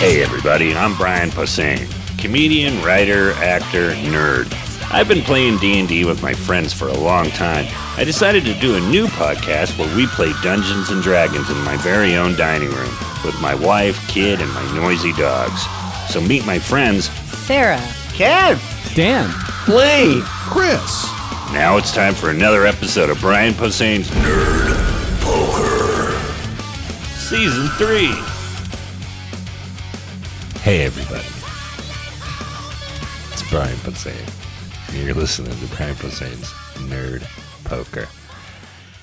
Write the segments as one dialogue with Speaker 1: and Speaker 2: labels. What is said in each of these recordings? Speaker 1: Hey, everybody, I'm Brian Posehn, comedian, writer, actor, nerd. I've been playing D&D with my friends for a long time. I decided to do a new podcast where we play Dungeons and Dragons in my very own dining room with my wife, kid, and my noisy dogs. So meet my friends.
Speaker 2: Sarah.
Speaker 3: Kev,
Speaker 4: Dan.
Speaker 3: Lee,
Speaker 5: Chris.
Speaker 1: Now it's time for another episode of Brian Posehn's Nerd Poker. Season 3.
Speaker 6: Hey, everybody. It's Brian Posehn. You're listening to Brian Posehn's Nerd Poker.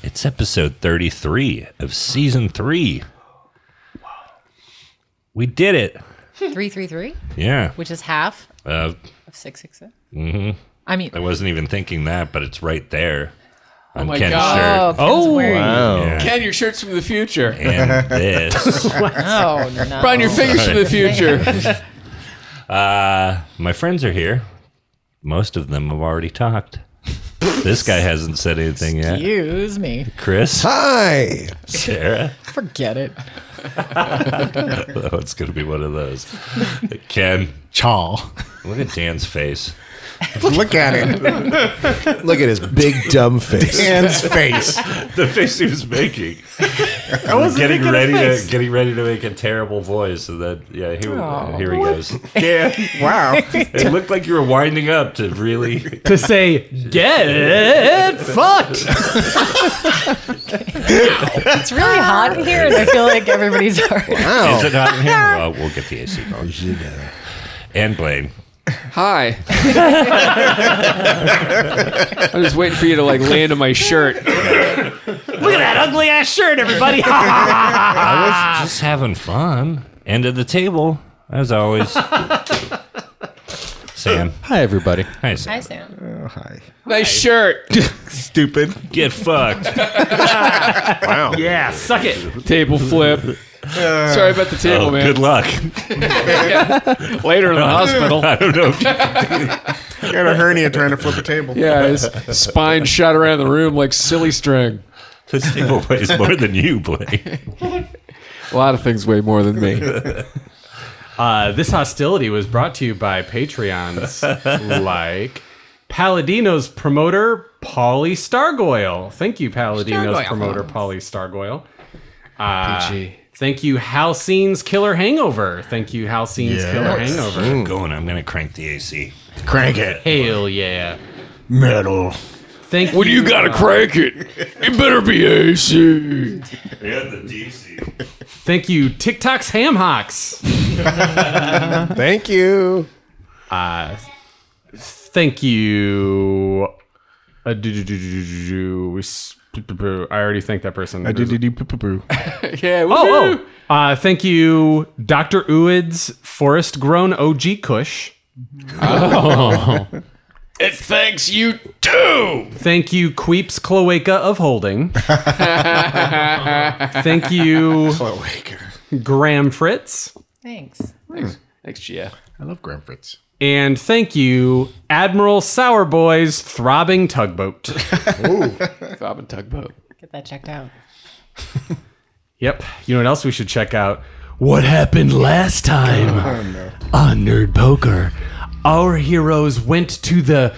Speaker 6: It's episode 33 of season three. We did it.
Speaker 2: 333,
Speaker 6: Yeah.
Speaker 2: which is half
Speaker 6: Uh,
Speaker 2: of 666. Mm-hmm. I mean,
Speaker 6: I wasn't even thinking that, but it's right there on
Speaker 7: my
Speaker 6: Ken's
Speaker 7: God.
Speaker 2: oh,
Speaker 6: shirt.
Speaker 2: oh, wow.
Speaker 6: Yeah.
Speaker 7: Ken, your shirt's from the future.
Speaker 6: And this.
Speaker 2: oh no.
Speaker 7: Brian, your fingers from the future.
Speaker 6: Uh, My friends are here. Most of them have already talked. This guy hasn't said anything yet.
Speaker 2: Excuse me.
Speaker 6: Chris,
Speaker 5: Hi.
Speaker 6: Sarah.
Speaker 2: Forget it.
Speaker 6: Oh, it's going to be one of those. Ken,
Speaker 5: Chaw.
Speaker 6: look at Dan's face.
Speaker 5: Look at it. Look at his big dumb face. Dan's face.
Speaker 6: The face he was making. I was getting ready to getting ready to make a terrible voice, and then yeah, here, here he goes. Dan,
Speaker 5: Wow.
Speaker 6: it looked like you were winding up to really.
Speaker 4: To say, get fucked.
Speaker 2: It's really hot in here, and I feel like everybody's already.
Speaker 6: Is it not in here? Well, we'll get the AC going. And Blaine.
Speaker 7: Hi. I'm just waiting for you to like land
Speaker 2: Ah.
Speaker 7: on my shirt.
Speaker 4: Look at that ugly ass shirt, everybody.
Speaker 6: I was just having fun. End of the table, as always. Sam.
Speaker 8: Hi, everybody.
Speaker 6: Hi, Sam.
Speaker 2: Oh, Hi, Sam.
Speaker 7: Nice shirt.
Speaker 5: Stupid.
Speaker 6: Get fucked.
Speaker 5: Wow.
Speaker 4: yeah, suck it.
Speaker 7: Table flip. Sorry about the table,
Speaker 6: Oh,
Speaker 7: man.
Speaker 6: good luck.
Speaker 7: Later in the hospital.
Speaker 6: I don't know if you
Speaker 5: You got a hernia trying to flip a table.
Speaker 7: Yeah, his spine shot around the room like silly string.
Speaker 6: this table weighs more than you, Blaine.
Speaker 7: A lot of things weigh more than me.
Speaker 8: Uh, this hostility was brought to you by Patreons like Paladino's promoter, Polly Stargoyle. Thank you, Paladino's
Speaker 7: Stargoyle.
Speaker 8: promoter, Polly Stargoyle. Uh,
Speaker 7: Gee.
Speaker 8: Thank you, Halcyon's Killer Hangover. Thank you, Halcyon's Killer Hangover.
Speaker 6: I'm going. I'm going to crank the AC.
Speaker 5: Crank it.
Speaker 8: Hell yeah.
Speaker 5: Metal.
Speaker 8: Thank
Speaker 7: When
Speaker 8: you.
Speaker 7: you gotta crank it, it better be AC.
Speaker 6: Yeah, the DC.
Speaker 8: Thank you, TikTok's Ham Hocks.
Speaker 5: Thank you.
Speaker 8: Uh, Thank you. Uh, do, do, do, do, do, do, we s- I already thanked that person.
Speaker 5: Uh,
Speaker 7: Yeah,
Speaker 8: Oh, oh. Uh, thank you, Dr. Uid's forest grown OG Kush.
Speaker 5: Oh.
Speaker 7: It thanks you too.
Speaker 8: Thank you, Queeps Cloaca of Holding. thank you,
Speaker 5: Oh, Waker.
Speaker 8: Graham Fritz.
Speaker 2: Thanks.
Speaker 4: Hmm.
Speaker 7: Thanks, Gia.
Speaker 5: I love Graham Fritz.
Speaker 8: And thank you, Admiral Sourboy's Throbbing Tugboat.
Speaker 7: Bob and tugboat.
Speaker 2: Get that checked out.
Speaker 8: Yep. You know what else we should check out? What happened last time on Nerd Poker? Our heroes went to the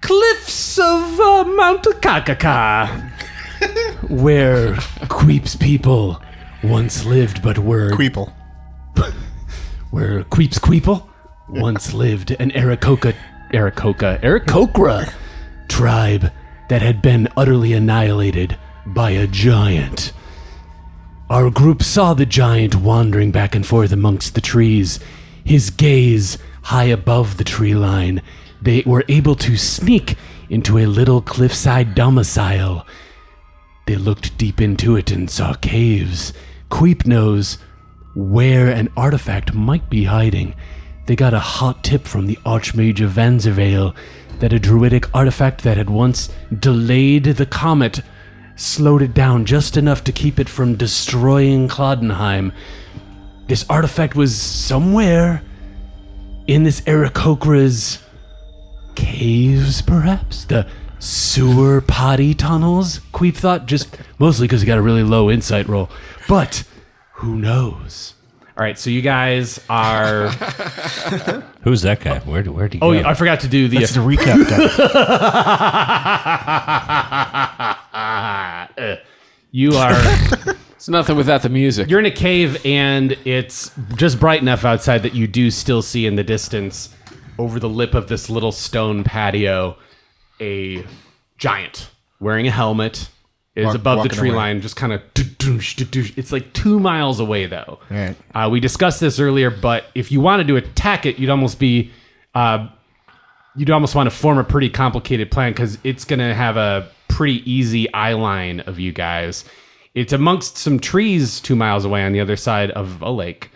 Speaker 8: cliffs of uh, Mount Kakaka, where Queep's people once lived, but were
Speaker 5: Queeple.
Speaker 8: where Queeps Queeple once lived an Arakoka, Arakoka, Arakokra tribe that had been utterly annihilated by a giant. Our group saw the giant wandering back and forth amongst the trees, his gaze high above the tree line. They were able to sneak into a little cliffside domicile. They looked deep into it and saw caves. Queep knows where an artifact might be hiding. They got a hot tip from the Archmage of Vanzervale that a druidic artifact that had once delayed the comet slowed it down just enough to keep it from destroying Clodenheim. This artifact was somewhere in this Arakokra's caves, perhaps? The sewer potty tunnels? Queep thought, just mostly because he got a really low insight roll. But who knows?
Speaker 4: All right, so you guys are.
Speaker 6: Who's that guy? Where where did he
Speaker 4: Oh,
Speaker 6: go?
Speaker 4: yeah, I forgot to do the.
Speaker 5: It's the recap guy.
Speaker 4: you are.
Speaker 7: It's nothing without the music.
Speaker 4: You're in a cave, and it's just bright enough outside that you do still see in the distance, over the lip of this little stone patio, a giant wearing a helmet. Is
Speaker 5: Walk-
Speaker 4: above the
Speaker 5: walking
Speaker 4: tree
Speaker 5: away.
Speaker 4: line, just kind of. It's like two miles away, though.
Speaker 5: Right.
Speaker 4: Uh, we discussed this earlier, but if you wanted to attack it, you'd almost be. Uh, you'd almost want to form a pretty complicated plan because it's going to have a pretty easy eye line of you guys. It's amongst some trees two miles away on the other side of a lake.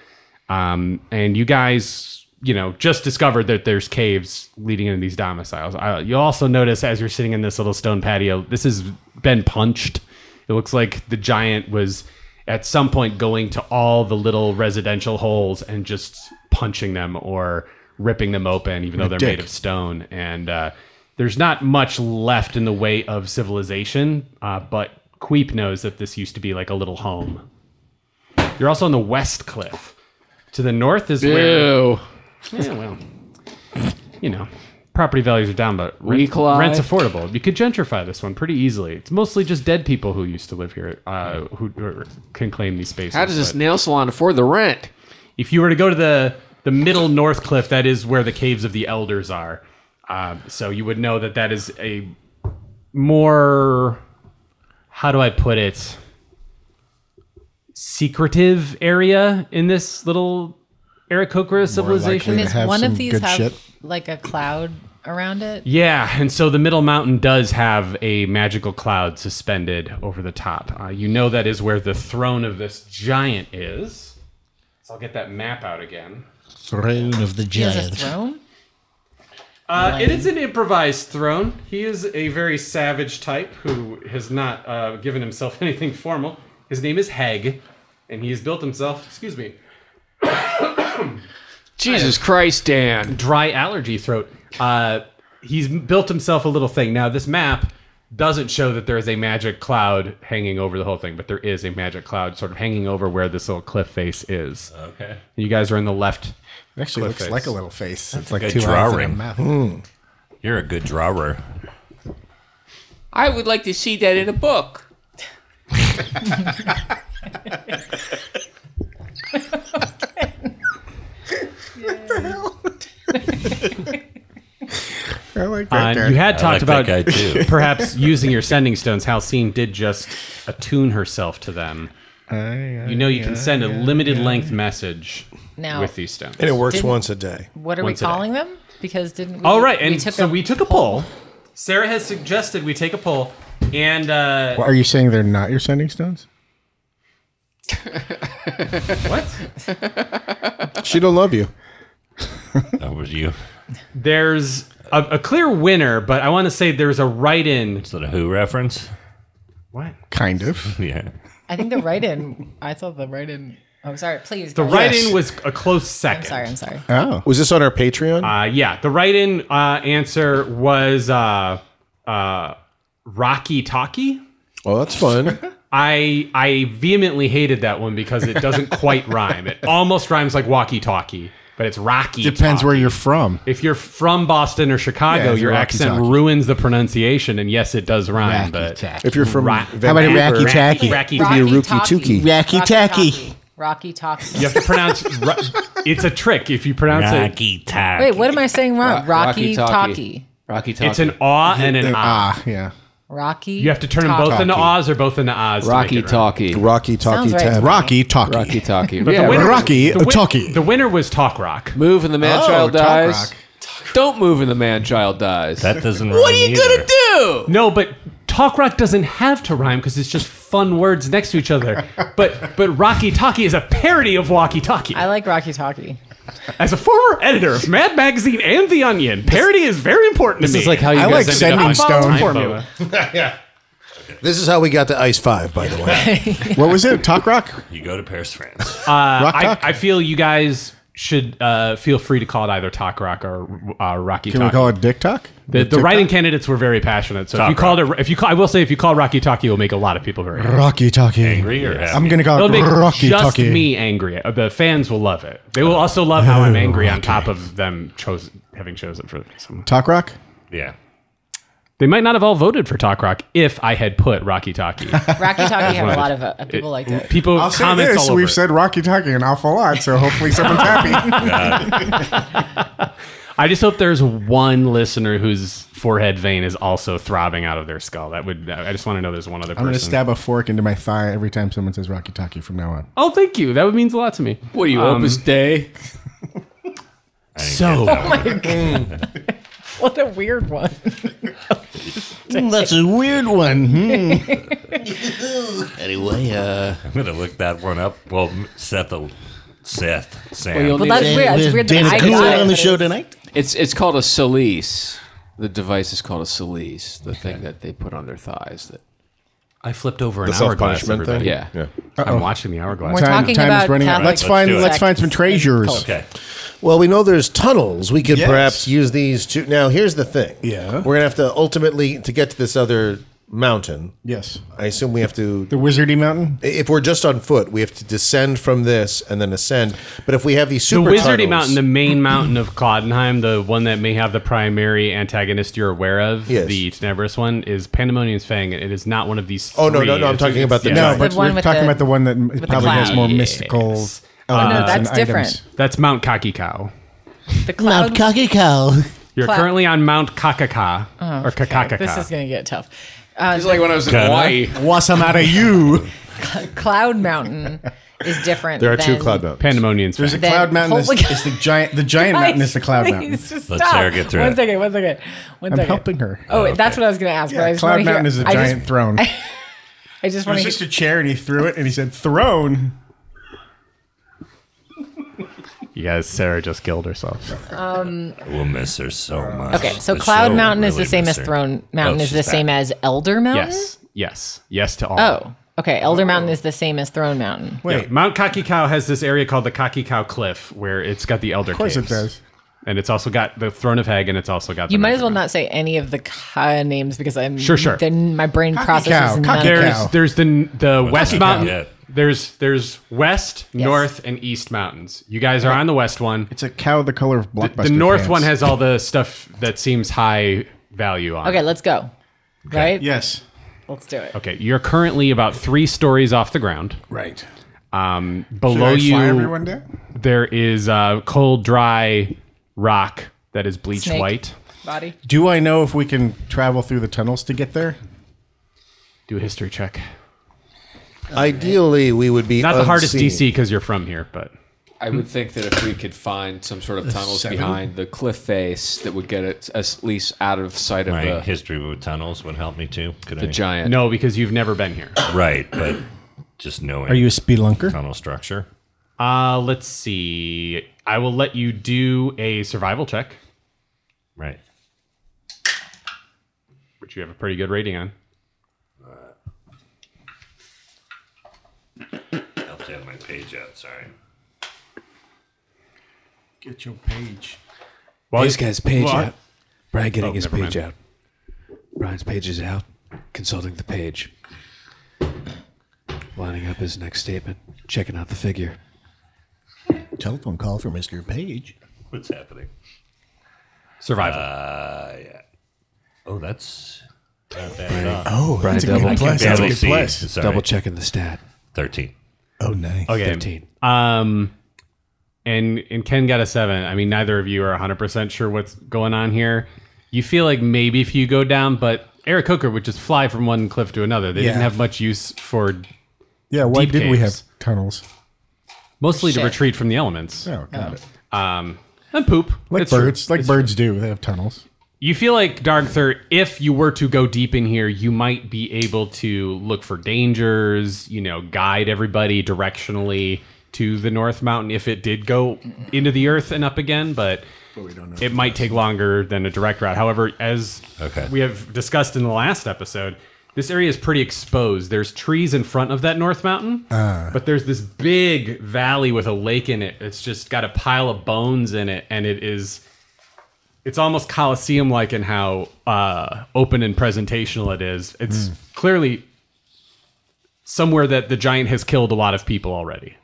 Speaker 4: Um, and you guys, you know, just discovered that there's caves leading into these domiciles. Uh, you'll also notice as you're sitting in this little stone patio, this has been punched. It looks like the giant was at some point going to all the little residential holes and just punching them or ripping them open, even though they're made
Speaker 5: dick.
Speaker 4: of stone. And uh, there's not much left in the way of civilization, uh, but Queep knows that this used to be like a little home. You're also on the West Cliff. To the north is where.
Speaker 7: Ew.
Speaker 4: Yeah, well, you know, property values are down, but
Speaker 7: We
Speaker 4: rent,
Speaker 7: collide.
Speaker 4: rent's affordable. You could gentrify this one pretty easily. It's mostly just dead people who used to live here uh, who or can claim these spaces.
Speaker 7: How does this
Speaker 4: but-
Speaker 7: nail salon afford the rent?
Speaker 4: if you were to go to the the middle north cliff, that is where the caves of the elders are. Um, so you would know that that is a more how do I put it secretive area in this little Arakokra civilization.
Speaker 5: likely to
Speaker 2: Does
Speaker 5: have
Speaker 2: one
Speaker 5: some
Speaker 2: of these
Speaker 5: good
Speaker 2: have
Speaker 5: shit.
Speaker 2: like a cloud around it?
Speaker 4: Yeah, and so the middle mountain does have a magical cloud suspended over the top. Uh, you know that is where the throne of this giant is. So I'll get that map out again.
Speaker 3: Throne of the
Speaker 2: There's a
Speaker 3: Giant.
Speaker 2: throne?
Speaker 4: Uh, it is an improvised throne. He is a very savage type who has not uh, given himself anything formal. His name is Hag, and he has built himself, excuse me,
Speaker 7: Jesus Christ, Dan.
Speaker 4: dry allergy throat. Uh, he's built himself a little thing. Now, this map doesn't show that there is a magic cloud hanging over the whole thing, but there is a magic cloud sort of hanging over where this little cliff face is.
Speaker 6: Okay.
Speaker 4: You guys are in the left.
Speaker 5: It actually looks
Speaker 4: face.
Speaker 5: like a little face. It's like
Speaker 6: a
Speaker 5: two eyes and a
Speaker 6: drawing.
Speaker 5: mouth.
Speaker 6: You're a good drawer.
Speaker 7: I would like to see that in a book.
Speaker 5: I like
Speaker 4: Uh,
Speaker 5: that guy.
Speaker 4: you had
Speaker 6: I
Speaker 4: talked
Speaker 6: like
Speaker 4: about
Speaker 6: that guy too.
Speaker 4: perhaps using your sending stones, Halcyon did just attune herself to them.
Speaker 5: Uh,
Speaker 4: you know, you can send a limited length message
Speaker 2: Now,
Speaker 4: with these stones.
Speaker 5: and it works
Speaker 2: Didn't-
Speaker 5: once a day.
Speaker 2: what are we
Speaker 4: Once a day.
Speaker 2: calling them? Because didn't we?
Speaker 4: All right, and
Speaker 2: we took
Speaker 4: so
Speaker 2: a,
Speaker 4: we took a poll. Sarah has suggested we take a poll, and uh,
Speaker 5: Are you saying they're not your sending stones?
Speaker 4: what?
Speaker 5: She don't love you.
Speaker 6: That was you.
Speaker 4: There's a, a clear winner, but I want to say there's a write-in.
Speaker 6: Is that a Who reference?
Speaker 4: What?
Speaker 5: Kind of.
Speaker 6: Yeah.
Speaker 2: I think the write in. I thought the write in. Oh, sorry. Please.
Speaker 4: The
Speaker 2: go.
Speaker 4: write-in
Speaker 5: Yes.
Speaker 4: was a close
Speaker 2: I'm
Speaker 4: second.
Speaker 2: sorry. I'm sorry.
Speaker 5: Oh. Was this on our Patreon?
Speaker 4: Uh, yeah, the write-in uh, answer was uh, uh, Rocky Talkie.
Speaker 5: well, that's fun.
Speaker 4: I I vehemently hated that one because it doesn't quite rhyme. It almost rhymes like walkie talkie, but it's rocky.
Speaker 3: Depends
Speaker 4: talkie.
Speaker 3: where you're from.
Speaker 4: If you're from Boston or Chicago,
Speaker 5: Yeah, it's
Speaker 4: your accent
Speaker 5: walkie-talkie.
Speaker 4: ruins the pronunciation, and yes, it does rhyme. but
Speaker 5: If you're from
Speaker 4: Ra-
Speaker 5: Vancouver,
Speaker 3: about a Racky Tacky?
Speaker 4: Racky-
Speaker 5: Could be a
Speaker 2: Rocky
Speaker 5: rookie
Speaker 2: Talkie.
Speaker 5: tookie.
Speaker 3: Wacky tacky.
Speaker 2: Rocky Talkie.
Speaker 4: you have to pronounce. ru- it's a trick. If you pronounce it,
Speaker 6: Rocky Tack.
Speaker 2: Wait, what am I saying wrong? Rocky,
Speaker 7: Rocky Talkie.
Speaker 2: Talkie.
Speaker 7: Rocky Talkie.
Speaker 4: it's an aw and an ah.
Speaker 5: Ah, yeah.
Speaker 2: Rocky.
Speaker 4: You have to turn them
Speaker 2: Talkie.
Speaker 4: both into ahs or both into ahs. to make
Speaker 7: Rocky
Speaker 4: it rhyme.
Speaker 7: Talkie.
Speaker 5: Rocky talkie
Speaker 2: Sounds right.
Speaker 5: tab.
Speaker 3: Rocky Talkie.
Speaker 7: Rocky Talkie.
Speaker 4: But the
Speaker 7: Yeah,
Speaker 4: winner-
Speaker 3: Rocky
Speaker 4: the win-
Speaker 3: Talkie.
Speaker 4: The winner was Talk Rock.
Speaker 7: Move and the man
Speaker 5: Oh,
Speaker 7: child
Speaker 5: Talk
Speaker 7: dies.
Speaker 5: Rock.
Speaker 7: Don't move and the man child dies.
Speaker 6: That doesn't. What are you gonna do?
Speaker 7: Ew.
Speaker 4: No, but talk rock doesn't have to rhyme because it's just fun words next to each other. But but Rocky Talkie is a parody of Walkie Talkie.
Speaker 2: I like Rocky Talkie.
Speaker 4: As a former editor of Mad Magazine and The Onion, parody is very important to me.
Speaker 7: how you
Speaker 5: I like sending stone.
Speaker 4: formula.
Speaker 5: This is how we got to Ice Five, by the way. what was it? Talk Rock?
Speaker 6: You go to Paris, France.
Speaker 4: I, I Uh, feel you guys should uh, feel free to call it either Talk Rock or uh, Rocky
Speaker 9: Can
Speaker 4: Talk.
Speaker 9: we call it Dick Talk?
Speaker 4: the, the writing candidates were very passionate. So if you called it, if you call, I will say if you call Rocky Talkie, it'll make a lot of people very. Angry.
Speaker 9: Rocky Talkie.
Speaker 6: Angry or happy?
Speaker 9: I'm gonna call
Speaker 4: It'll
Speaker 9: it
Speaker 4: make
Speaker 9: Rocky
Speaker 4: just
Speaker 9: Talkie.
Speaker 4: me angry. Uh, The fans will love it. They will also love how I'm angry on top of them chosen having chosen for someone.
Speaker 9: Talk Rock.
Speaker 6: Yeah.
Speaker 4: They might not have all voted for Talk Rock if I had put Rocky Talkie.
Speaker 2: Rocky Talkie had a lot of uh, people like that.
Speaker 4: People
Speaker 9: I'll say
Speaker 4: comments
Speaker 9: this:
Speaker 4: all over.
Speaker 9: we've
Speaker 4: it.
Speaker 9: said Rocky Talkie an awful lot, so hopefully someone's happy.
Speaker 4: I just hope there's one listener whose forehead vein is also throbbing out of their skull. That would. I just want to know there's one other
Speaker 9: I'm gonna
Speaker 4: person.
Speaker 9: stab a fork into my thigh every time someone says Rocky Talkie from now on.
Speaker 4: oh, thank you. That would means a lot to me. Um,
Speaker 7: What are you, Opus Oh Day?
Speaker 4: So
Speaker 2: Oh What a weird one.
Speaker 10: That's a weird one. Hmm. anyway, uh,
Speaker 6: I'm going to look that one up. Well, m- Seth, will- Seth, Sam.
Speaker 7: you'll-
Speaker 2: Well, that's
Speaker 7: Dana-
Speaker 2: weird. That's weird that I
Speaker 10: Dana Cool
Speaker 2: got it,
Speaker 10: on the
Speaker 2: but
Speaker 10: show
Speaker 2: it's-
Speaker 10: tonight.
Speaker 7: It's it's called a salise. The device is called a salise. The thing that they put on their thighs. That
Speaker 4: I flipped over an hourglass. Everybody.
Speaker 7: yeah.
Speaker 4: I'm watching the hourglass.
Speaker 2: We're talking about talent.
Speaker 9: Let's
Speaker 6: Let's
Speaker 9: find
Speaker 6: do it.
Speaker 9: let's find some treasures.
Speaker 2: Culture.
Speaker 6: okay.
Speaker 5: Well, we know there's tunnels. We could
Speaker 9: Yes.
Speaker 5: perhaps use these to. Now, here's the thing.
Speaker 9: Yeah.
Speaker 5: We're going to have to ultimately, to get to this other mountain,
Speaker 9: Yes,
Speaker 5: I assume we have to.
Speaker 9: the Wizardy Mountain.
Speaker 5: If we're just on foot, we have to descend from this and then ascend. But if we have these
Speaker 4: The
Speaker 5: super
Speaker 4: Wizardy
Speaker 5: tunnels-
Speaker 4: Mountain, the main mountain of Clodenheim, the one that may have the primary antagonist you're aware of,
Speaker 5: Yes.
Speaker 4: the Tenebris one, is Pandemonium's Fang. It is not one of these.
Speaker 5: Oh, no,
Speaker 4: three.
Speaker 5: no, no, I'm
Speaker 4: It's-
Speaker 5: talking about the
Speaker 4: yeah.
Speaker 5: giant.
Speaker 9: No,
Speaker 5: The
Speaker 9: but
Speaker 2: one
Speaker 9: we're
Speaker 2: with
Speaker 9: talking
Speaker 2: the-
Speaker 9: about the one that
Speaker 2: the
Speaker 9: probably has
Speaker 2: cloud.
Speaker 9: more
Speaker 4: Yes.
Speaker 9: mystical. uh,
Speaker 4: Oh,
Speaker 9: elements
Speaker 2: that's
Speaker 9: and items.
Speaker 2: different.
Speaker 4: That's Mount Kakikau.
Speaker 2: The cloud.
Speaker 4: You're
Speaker 2: Cla-
Speaker 4: currently on Mount Kakaka or Kakakaka.
Speaker 2: Oh, This is going to get tough. Uh,
Speaker 7: It's like when I was in Hawaii.
Speaker 9: What's I'm out of you?
Speaker 2: cloud Mountain is different.
Speaker 5: There are two
Speaker 2: than-
Speaker 5: cloud mountains.
Speaker 4: Pandemonium's
Speaker 9: There's a
Speaker 4: Fang.
Speaker 2: Then-
Speaker 9: cloud mountain. Is,
Speaker 2: holy God.
Speaker 9: is the giant the giant mountain is the cloud
Speaker 2: Please,
Speaker 9: mountain.
Speaker 2: just
Speaker 6: Let's
Speaker 2: stop.
Speaker 6: Sarah get through
Speaker 2: One
Speaker 6: it.
Speaker 2: second, one second, one
Speaker 9: I'm
Speaker 2: second.
Speaker 9: helping her.
Speaker 2: Oh, wait, that's what I was going to ask. but I
Speaker 9: Yeah,
Speaker 2: just
Speaker 9: cloud
Speaker 2: wanna hear-
Speaker 9: mountain is a
Speaker 2: I
Speaker 9: giant
Speaker 2: Just,
Speaker 9: throne. It
Speaker 2: I just want
Speaker 9: was
Speaker 2: to.
Speaker 9: just a chair, and he threw it, and he said throne.
Speaker 4: You guys, Sarah just killed herself.
Speaker 6: We'll miss her so
Speaker 2: Um,
Speaker 6: much.
Speaker 2: Okay, so
Speaker 6: The
Speaker 2: Cloud
Speaker 6: show
Speaker 2: Mountain is
Speaker 6: really
Speaker 2: the same
Speaker 6: miss
Speaker 2: as
Speaker 6: her.
Speaker 2: Throne Mountain
Speaker 6: Oh,
Speaker 2: is the
Speaker 6: she's back.
Speaker 2: same as Elder Mountain.
Speaker 4: Yes, yes, yes to all.
Speaker 2: Oh, okay. Elder Mountain is the same as Throne Mountain.
Speaker 4: Yeah, Mount Kakikau has this area called the Kakikau Cliff where it's got the Elder
Speaker 9: Of course it
Speaker 4: Caves.
Speaker 9: does.
Speaker 4: And it's also got the Throne of Hag, and it's also got.
Speaker 2: You
Speaker 4: the
Speaker 2: might as well
Speaker 4: Mountain.
Speaker 2: not say any of the ka names because I'm
Speaker 4: Sure, sure.
Speaker 2: Then my brain processes
Speaker 9: cow,
Speaker 2: none
Speaker 9: cocky
Speaker 2: of
Speaker 9: cow.
Speaker 2: it.
Speaker 4: There's there's the the West
Speaker 6: Kakikau?
Speaker 4: Mountain.
Speaker 6: Yeah.
Speaker 4: There's there's West, North, and East mountains. You guys are on the West one.
Speaker 9: It's a cow the color of blockbuster.
Speaker 4: The North
Speaker 9: pants.
Speaker 4: one has all the stuff that seems high value on.
Speaker 2: Okay,
Speaker 4: it.
Speaker 2: let's go. Right?
Speaker 9: Yes.
Speaker 2: Let's do it.
Speaker 4: Okay, you're currently about three stories off the ground.
Speaker 9: Right.
Speaker 4: Um,
Speaker 9: Should
Speaker 4: below
Speaker 9: I
Speaker 4: you,
Speaker 9: fly everyone down?
Speaker 4: there is uh, cold, dry rock that is bleached
Speaker 2: Snake.
Speaker 4: white.
Speaker 2: Body.
Speaker 9: Do I know if we can travel through the tunnels to get there?
Speaker 4: Do a history check.
Speaker 5: Ideally, we would be
Speaker 4: Not the hardest
Speaker 5: unseen.
Speaker 4: DC because you're from here, but
Speaker 7: I would think that if we could find some sort of tunnels behind the cliff face, that would get it at least out of sight of
Speaker 6: My
Speaker 7: the,
Speaker 6: history with tunnels would help me too. Could
Speaker 7: the
Speaker 6: I?
Speaker 7: giant.
Speaker 4: no, because you've never been here.
Speaker 6: Right, but just knowing
Speaker 9: Are you a spelunker?
Speaker 6: tunnel structure.
Speaker 4: Uh, let's see. I will let you do a survival check,
Speaker 6: Right.
Speaker 4: which you have a pretty good rating on.
Speaker 6: Uh, I have to have my page out. Sorry.
Speaker 9: Get your page.
Speaker 4: Well,
Speaker 8: This guy's page
Speaker 4: Well, I-
Speaker 8: out. Brian
Speaker 6: Oh,
Speaker 8: getting his
Speaker 4: never
Speaker 8: page out. Brian's page is out. Consulting the page. Lining up his next statement. Checking out the figure.
Speaker 5: Telephone call for Mr. Page.
Speaker 6: What's happening? Uh,
Speaker 4: survival.
Speaker 6: Oh, that's not bad at all.
Speaker 8: Oh, Brian
Speaker 9: good
Speaker 8: double,
Speaker 9: place. That's a
Speaker 6: Barely
Speaker 9: good
Speaker 6: see.
Speaker 9: place.
Speaker 6: Sorry.
Speaker 8: double checking the stat.
Speaker 6: 13.
Speaker 5: Oh, nice.
Speaker 4: okay.
Speaker 8: 13.
Speaker 4: Um, and and Ken got a seven. I mean, neither of you are 100 percent sure what's going on here. You feel like maybe if you go down, but Eric Hooker would just fly from one cliff to another. They didn't
Speaker 9: Yeah.
Speaker 4: have much use for
Speaker 9: Yeah, why
Speaker 4: Deep
Speaker 9: did we have
Speaker 4: caves.
Speaker 9: tunnels?
Speaker 4: mostly to
Speaker 2: Shit.
Speaker 4: retreat from the elements
Speaker 9: Oh, got it.
Speaker 4: um, and poop.
Speaker 9: Like
Speaker 4: It's true.
Speaker 9: birds, like birds do. They have tunnels.
Speaker 4: You feel like Darkther, if you were to go deep in here, you might be able to look for dangers, you know, guide everybody directionally to the North Mountain if it did go into the earth and up again, but it might take longer than a direct route. However, as
Speaker 6: Okay.
Speaker 4: we have discussed in the last episode, This area is pretty exposed. There's trees in front of that north mountain, but there's this big valley with a lake in it. It's just got a pile of bones in it, and it is. It's almost coliseum like in how uh, open and presentational it is.
Speaker 5: Hmm.
Speaker 4: It's clearly somewhere that the giant has killed a lot of people already.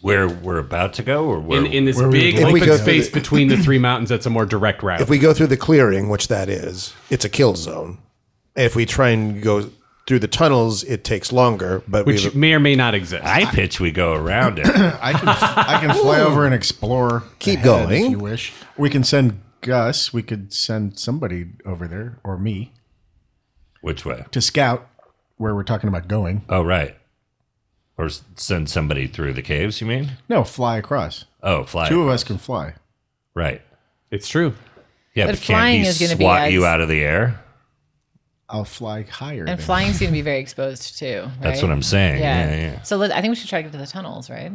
Speaker 6: Where we're about to go, or where
Speaker 4: In, in this
Speaker 5: Where we
Speaker 4: big
Speaker 5: would go. If we
Speaker 4: open
Speaker 5: go through
Speaker 4: space
Speaker 5: the-
Speaker 4: between the three mountains, that's a more direct route.
Speaker 5: If we go through the clearing, which that is, it's a kill zone. If we try and go through the tunnels, it takes longer. But we
Speaker 4: which may or may not exist.
Speaker 6: I pitch we go around it.
Speaker 9: I can I can
Speaker 4: Oh.
Speaker 9: fly over and explore.
Speaker 5: Keep
Speaker 9: ahead
Speaker 5: going.
Speaker 9: if you wish. We can send Gus. We could send somebody over there or me
Speaker 6: Which way?
Speaker 9: to scout where we're talking about going.
Speaker 6: Oh, right. Or s- send somebody through the caves, you mean?
Speaker 9: No, fly across.
Speaker 6: Oh, fly.
Speaker 9: Two of us can fly.
Speaker 6: Right.
Speaker 4: It's true.
Speaker 6: Yeah,
Speaker 2: But
Speaker 6: but, can't
Speaker 2: flying
Speaker 6: he
Speaker 2: is gonna be
Speaker 6: swat
Speaker 2: as-
Speaker 6: you out of the air?
Speaker 9: I'll fly higher.
Speaker 2: And
Speaker 9: than-
Speaker 2: flying's going to be very exposed too.
Speaker 6: That's
Speaker 2: right?
Speaker 6: what I'm saying.
Speaker 2: Yeah.
Speaker 6: Yeah, yeah.
Speaker 2: So let, I think we should try to get to the tunnels, right?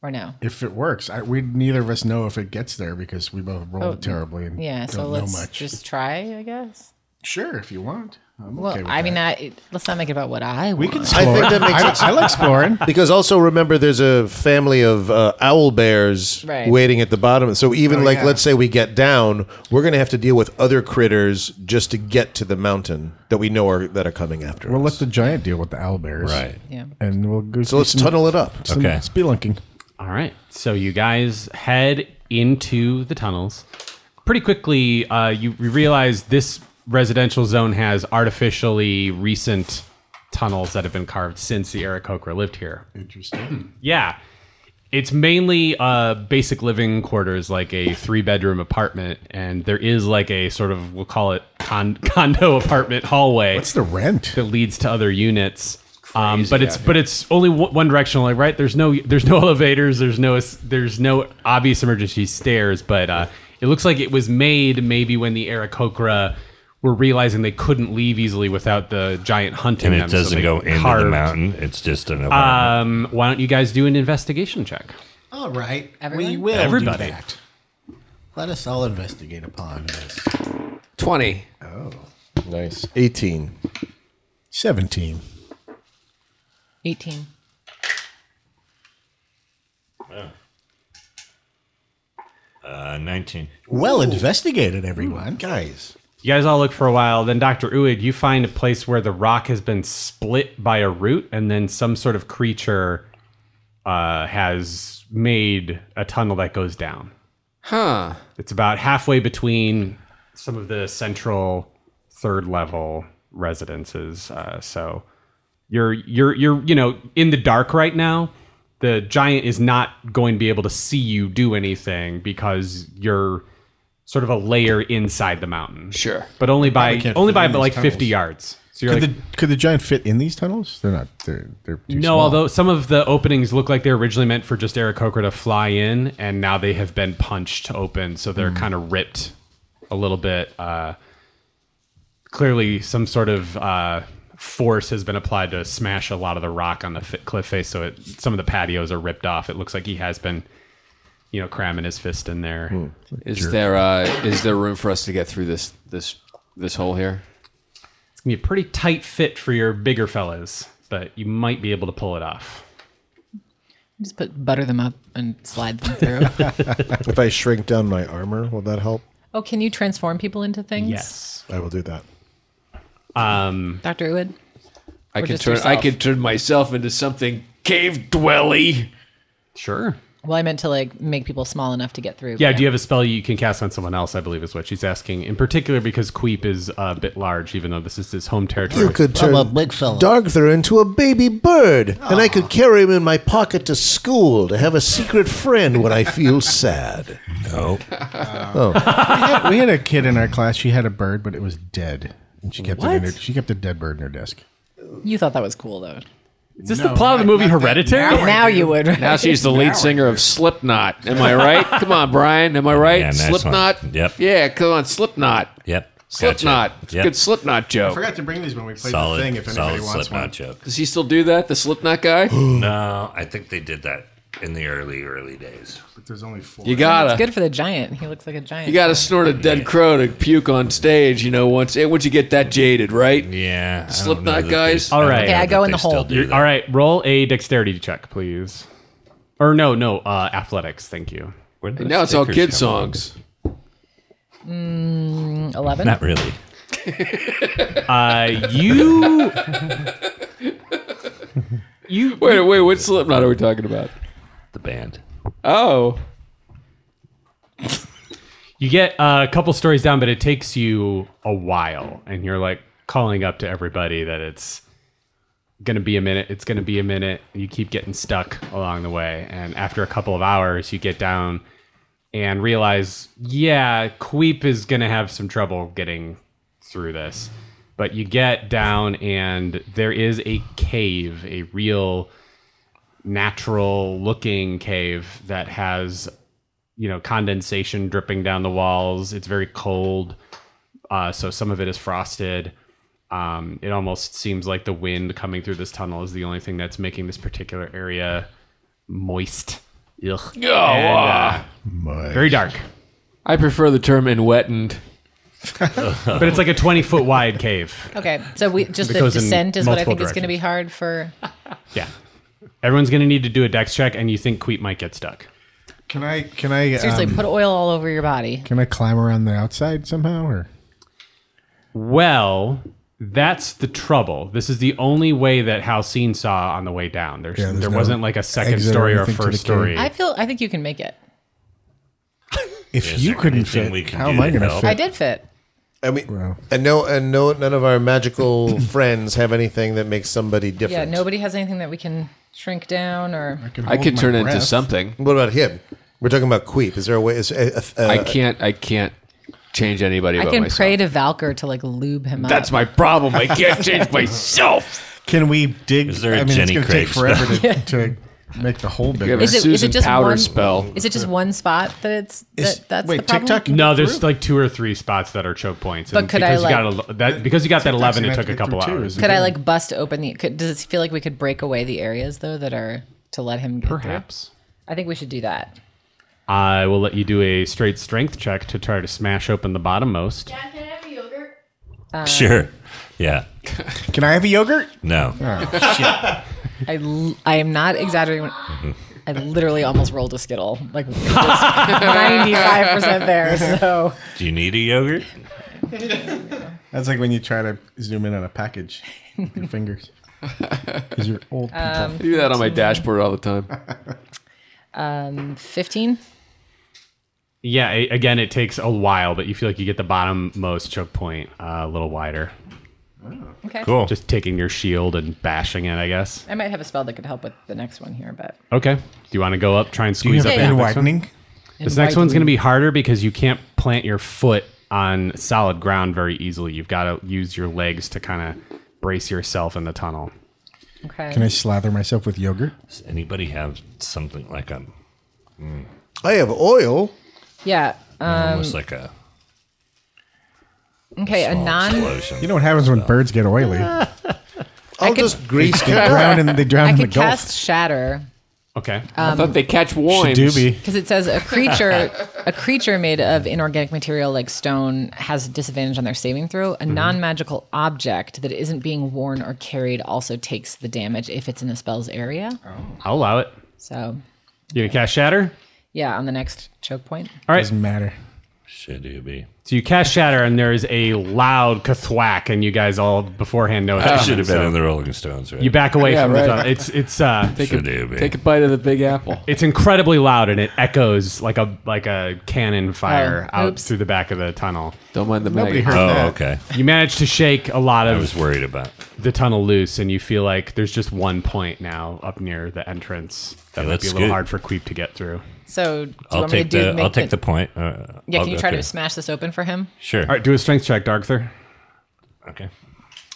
Speaker 2: Or no?
Speaker 9: If it works, I, we neither of us know if it gets there because we both rolled terribly and
Speaker 2: Oh, Yeah.
Speaker 9: don't
Speaker 2: So
Speaker 9: know
Speaker 2: let's
Speaker 9: much.
Speaker 2: just try, I guess.
Speaker 9: sure, if you want. I'm
Speaker 2: Well,
Speaker 9: okay with
Speaker 2: I
Speaker 9: that.
Speaker 2: mean, I, it- let's not make it about what I
Speaker 9: we
Speaker 2: want.
Speaker 9: can.
Speaker 10: I
Speaker 9: Explore.
Speaker 10: think that makes
Speaker 9: I,
Speaker 10: sense.
Speaker 9: I like exploring.
Speaker 10: Because also remember, there's a family of uh, owl bears
Speaker 2: Right.
Speaker 10: waiting at the bottom. So even
Speaker 9: Oh,
Speaker 10: like,
Speaker 9: yeah.
Speaker 10: let's say we get down, we're gonna have to deal with other critters just to get to the mountain that we know are that are coming after
Speaker 9: We'll let
Speaker 10: us.
Speaker 9: the giant deal with the owlbears.
Speaker 6: Right.
Speaker 2: Yeah.
Speaker 9: And we'll go.
Speaker 10: so let's tunnel it up.
Speaker 9: Some
Speaker 6: Okay.
Speaker 9: Spelunking.
Speaker 4: All right. So you guys head into the tunnels. Pretty quickly, uh, you you realize this residential zone has artificially recent tunnels that have been carved since the Aarakocra lived here.
Speaker 9: Interesting.
Speaker 4: Yeah. It's mainly uh, basic living quarters, like a three bedroom apartment. And there is like a sort of, we'll call it con- condo apartment hallway
Speaker 9: What's the rent?
Speaker 4: that leads to other units. Um, but it's but it's only w- one directional, like right? There's no there's no elevators, there's no there's no obvious emergency stairs. But uh, it looks like it was made maybe when the Aarakocra were realizing they couldn't leave easily without the giant hunting
Speaker 6: And
Speaker 4: them.
Speaker 6: it
Speaker 4: so
Speaker 6: doesn't
Speaker 4: they
Speaker 6: go into
Speaker 4: carved-
Speaker 6: the mountain. It's just an apartment.
Speaker 4: Um, why don't you guys do an investigation check?
Speaker 3: All right. We
Speaker 2: Everyone?
Speaker 3: will
Speaker 4: Everybody.
Speaker 3: do that. Let us all investigate upon this.
Speaker 7: 20.
Speaker 9: Oh.
Speaker 10: Nice. Eighteen.
Speaker 9: 17.
Speaker 2: 18.
Speaker 6: uh, 19.
Speaker 9: Well investigated, everyone.
Speaker 10: Guys,
Speaker 4: You guys all look for a while. Then Dr. Uid, you find a place where the rock has been split by a root, and then some sort of creature uh, has made a tunnel that goes down.
Speaker 7: Huh.
Speaker 4: It's about halfway between some of the central third level residences. Uh, so you're you're you're you know in the dark right now. The giant is not going to be able to see you do anything because you're sort of a layer inside the mountain.
Speaker 7: Sure.
Speaker 4: but only by
Speaker 9: can't
Speaker 4: only
Speaker 9: fit
Speaker 4: by
Speaker 9: in
Speaker 4: but
Speaker 9: these
Speaker 4: like
Speaker 9: tunnels.
Speaker 4: 50 yards. So you're
Speaker 9: Could
Speaker 4: like,
Speaker 9: the, could the giant fit in these tunnels? They're not. They're, they're too
Speaker 4: no,
Speaker 9: small.
Speaker 4: although some of the openings look like they're originally meant for just Eric Coker to fly in, and now they have been punched open, so
Speaker 9: Mm.
Speaker 4: they're kind of ripped a little bit. Uh, clearly, some sort of uh, force has been applied to smash a lot of the rock on the fi cliff face, so it, some of the patios are ripped off. It looks like he has been, you know, cramming his fist in there.
Speaker 9: Hmm.
Speaker 7: Is there uh, is there room for us to get through this this this hole here?
Speaker 4: It's gonna be a pretty tight fit for your bigger fellas, but you might be able to pull it off.
Speaker 2: Just put butter them up and slide them through.
Speaker 10: if I shrink down my armor, will that help?
Speaker 2: oh, can you transform people into things?
Speaker 4: Yes.
Speaker 10: I will do that.
Speaker 6: Um,
Speaker 2: Dr. Uwood?
Speaker 7: I could
Speaker 2: just
Speaker 7: turn I
Speaker 2: yourself.
Speaker 7: could turn myself into something cave dwelly.
Speaker 4: Sure.
Speaker 2: Well, I meant to like make people small enough to get through.
Speaker 4: Yeah,
Speaker 2: but
Speaker 4: do you have a spell you can cast on someone else? I believe is what she's asking. In particular, because Queep is a bit large, even though this is his home territory.
Speaker 5: You could
Speaker 3: I'm
Speaker 5: turn
Speaker 3: a big fella.
Speaker 5: Darkther into a baby bird, and I could carry him in my pocket to school to have a secret friend when I feel sad.
Speaker 6: No.
Speaker 9: Oh. we had a kid in our class. She had a bird, but it was dead, and she kept it. In her, she kept a dead bird in her desk.
Speaker 2: You thought that was cool though.
Speaker 4: is this the plot of the movie Hereditary?
Speaker 2: now you would. Right?
Speaker 7: Now she's the lead singer of Slipknot. Am I right? Come on, Brian. Am I right?
Speaker 6: Yeah, nice one.
Speaker 7: Slipknot.
Speaker 6: Yep.
Speaker 7: Yeah, come on, Slipknot.
Speaker 6: Yep.
Speaker 7: Slipknot.
Speaker 6: Gotcha.
Speaker 7: It's a
Speaker 6: Yep.
Speaker 7: Good Slipknot
Speaker 9: I
Speaker 7: joke.
Speaker 9: forgot to bring these when we played
Speaker 6: Solid,
Speaker 9: the thing. If anybody
Speaker 6: solid
Speaker 9: wants
Speaker 6: Slipknot
Speaker 9: one,
Speaker 6: joke.
Speaker 7: Does he still do that? The Slipknot guy?
Speaker 6: No, I think they did that in the early, early days.
Speaker 9: But there's only four.
Speaker 7: You gotta.
Speaker 2: It's good for the giant. He looks like a giant.
Speaker 7: You got to snort a dead crow to puke on stage, you know. Once eh, once you get that jaded, right?
Speaker 6: Yeah.
Speaker 7: Slipknot guys.
Speaker 4: All right.
Speaker 2: Okay, I go in the hole.
Speaker 4: You're- all right. Roll a dexterity check, please. Or no, no, uh, athletics. Thank you.
Speaker 7: And now it's all kid songs.
Speaker 2: Mm, Eleven.
Speaker 6: Not really.
Speaker 4: Uh, you. you.
Speaker 7: Wait, wait. What Slipknot are we talking about?
Speaker 6: The band.
Speaker 7: Oh,
Speaker 4: You get uh, a couple stories down, but it takes you a while, and you're like calling up to everybody that it's gonna be a minute. It's gonna be a minute. You keep getting stuck along the way, and after a couple of hours, you get down and realize, yeah, Queep is gonna have some trouble getting through this. But you get down, and there is a cave, a real natural looking cave that has you know condensation dripping down the walls it's very cold uh, so some of it is frosted um, it almost seems like the wind coming through this tunnel is the only thing that's making this particular area moist Ugh. uh,
Speaker 7: oh ah.
Speaker 4: very dark
Speaker 7: I prefer the term "enwettened."
Speaker 4: but it's like a 20 foot wide cave
Speaker 2: Okay, so we just
Speaker 4: It
Speaker 2: the
Speaker 4: goes in
Speaker 2: descent is what I
Speaker 4: multiple
Speaker 2: think is going to be hard for.
Speaker 4: yeah everyone's gonna need to do a dex check and you think queep might get stuck
Speaker 9: Can I? Can I?
Speaker 2: Seriously,
Speaker 9: um,
Speaker 2: put oil all over your body.
Speaker 9: Can I climb around the outside somehow? Or
Speaker 4: Well, that's the trouble. This is the only way that Halcyon saw on the way down. There's,
Speaker 9: Yeah, there's
Speaker 4: there
Speaker 9: no
Speaker 4: wasn't like a second
Speaker 9: exit or
Speaker 4: story or
Speaker 9: anything to the
Speaker 4: first
Speaker 9: cave.
Speaker 4: story.
Speaker 2: I feel. I think you can make it.
Speaker 9: if you couldn't
Speaker 6: anything
Speaker 9: fit,
Speaker 6: we can
Speaker 9: how
Speaker 6: do
Speaker 9: am I
Speaker 6: to
Speaker 9: going to
Speaker 6: help?
Speaker 2: I
Speaker 9: fit?
Speaker 2: did fit.
Speaker 5: I mean,
Speaker 9: Wow.
Speaker 5: and no, and no, none of our magical friends have anything that makes somebody
Speaker 2: Yeah,
Speaker 5: different.
Speaker 2: nobody has anything that we can shrink down or.
Speaker 7: I
Speaker 9: hold
Speaker 7: could
Speaker 9: my
Speaker 7: turn into
Speaker 9: breath.
Speaker 7: something.
Speaker 5: What about him? We're talking about Queep. Is there a way? Is uh, a, a, a,
Speaker 7: I can't. I can't change anybody.
Speaker 2: I
Speaker 7: but
Speaker 2: can
Speaker 7: myself.
Speaker 2: pray to Valkyr to like lube him
Speaker 7: That's
Speaker 2: up.
Speaker 7: my problem. I can't change myself.
Speaker 9: Can we dig?
Speaker 6: Is there a
Speaker 9: I mean,
Speaker 6: Jenny
Speaker 9: it's
Speaker 6: Craig
Speaker 9: going to take forever to, to make the hole
Speaker 7: You
Speaker 9: bigger.
Speaker 7: have a
Speaker 2: Is it- is it
Speaker 7: Susan
Speaker 2: just
Speaker 7: Powder
Speaker 2: one-
Speaker 7: spell.
Speaker 2: Is it just one spot that it's
Speaker 9: Is-
Speaker 2: that, that's
Speaker 9: wait,
Speaker 2: the problem?
Speaker 9: TikTok?
Speaker 4: no, there's like two or three spots that are choke points.
Speaker 2: But could I,
Speaker 4: because you
Speaker 2: like-
Speaker 4: got a, that because you got that eleven, it
Speaker 9: gonna
Speaker 4: took a
Speaker 9: have to get
Speaker 4: couple
Speaker 9: through two,
Speaker 4: hours.
Speaker 9: isn't
Speaker 2: Could I like bust open the? Could, does it feel like we could break away the areas though that are to let him? Get through?
Speaker 4: Perhaps
Speaker 2: I think we should do that.
Speaker 4: I will let you do a straight strength check to try to smash open the bottommost.
Speaker 11: Dad, can I have a yogurt?
Speaker 6: sure. Yeah.
Speaker 9: Can I have a yogurt?
Speaker 6: No.
Speaker 2: I l- I am not exaggerating. when- I literally almost rolled a skittle, like ninety five percent there. So
Speaker 6: Do you need a yogurt?
Speaker 9: That's like when you try to zoom in on a package with your fingers. Because you're old people.
Speaker 2: Um,
Speaker 7: I do that on my dashboard all the time.
Speaker 2: Um, fifteen.
Speaker 4: Yeah, a- again, it takes a while, but you feel like you get the bottommost choke point uh, a little wider.
Speaker 2: Okay.
Speaker 6: Cool.
Speaker 4: Just taking your shield and bashing it, I guess.
Speaker 2: I might have a spell that could help with the next one here, but
Speaker 4: Okay. Do you want to go up, try and
Speaker 9: Do you
Speaker 4: squeeze
Speaker 9: have
Speaker 4: up?
Speaker 2: Yeah,
Speaker 4: into
Speaker 9: been
Speaker 4: the next one?
Speaker 9: widening?
Speaker 4: This next one's going to be harder because you can't plant your foot on solid ground very easily. You've got to use your legs to kind of brace yourself in the tunnel.
Speaker 2: okay.
Speaker 9: Can I slather myself with yogurt?
Speaker 6: Does anybody have something like a hmm,
Speaker 5: I have oil.
Speaker 2: yeah. Um,
Speaker 6: almost like a
Speaker 2: okay. A
Speaker 6: small
Speaker 2: non.
Speaker 6: explosion?
Speaker 9: You know what happens when birds get oily?
Speaker 2: Uh-huh.
Speaker 5: I'll just grease
Speaker 9: They drown in, they drown
Speaker 2: I
Speaker 9: in the
Speaker 2: could
Speaker 9: Gulf.
Speaker 2: cast shatter
Speaker 4: Okay.
Speaker 7: I thought they catch worms.
Speaker 9: Doobie.
Speaker 2: Um, because it says a creature a creature made of inorganic material like stone has a disadvantage on their saving throw.
Speaker 6: Mm-hmm.
Speaker 2: A non-magical object that isn't being worn or carried also takes the damage if it's in the spell's area.
Speaker 7: Oh.
Speaker 4: I'll allow it.
Speaker 2: So
Speaker 4: You going to cast Shatter?
Speaker 2: yeah, on the next choke point.
Speaker 4: All right.
Speaker 9: Doesn't matter.
Speaker 6: Should it be?
Speaker 4: So you cast Shatter, and there is a loud kathwack, and you guys all beforehand know it's
Speaker 6: I
Speaker 4: coming,
Speaker 6: should have been
Speaker 4: so
Speaker 6: in the Rolling Stones, right?
Speaker 4: You back away
Speaker 7: Yeah,
Speaker 4: from
Speaker 7: right.
Speaker 4: the tunnel. It's, it's, uh,
Speaker 7: Take a,
Speaker 6: Should it be?
Speaker 7: take a bite of the Big Apple.
Speaker 4: it's incredibly loud, and it echoes like a, like a cannon fire
Speaker 2: Oh,
Speaker 4: out
Speaker 2: oops.
Speaker 4: through the back of the tunnel.
Speaker 7: Don't mind the
Speaker 9: Nobody
Speaker 7: maggot.
Speaker 9: heard
Speaker 6: Oh,
Speaker 9: that.
Speaker 6: okay.
Speaker 4: You manage to shake a lot
Speaker 6: I
Speaker 4: of
Speaker 6: was worried about.
Speaker 4: the tunnel loose and you feel like there's just one point now up near the entrance that
Speaker 6: Yeah,
Speaker 4: might be a
Speaker 6: that's
Speaker 4: little
Speaker 6: good.
Speaker 4: hard for Queep to get through.
Speaker 2: So do you
Speaker 6: I'll
Speaker 2: want me to
Speaker 6: take
Speaker 2: do
Speaker 6: the.
Speaker 2: make
Speaker 6: I'll take the point. Uh,
Speaker 2: Yeah,
Speaker 6: I'll
Speaker 2: can you
Speaker 6: go
Speaker 2: try
Speaker 6: through.
Speaker 2: to smash this open for him?
Speaker 6: Sure.
Speaker 4: All right, do a strength check, Darkther.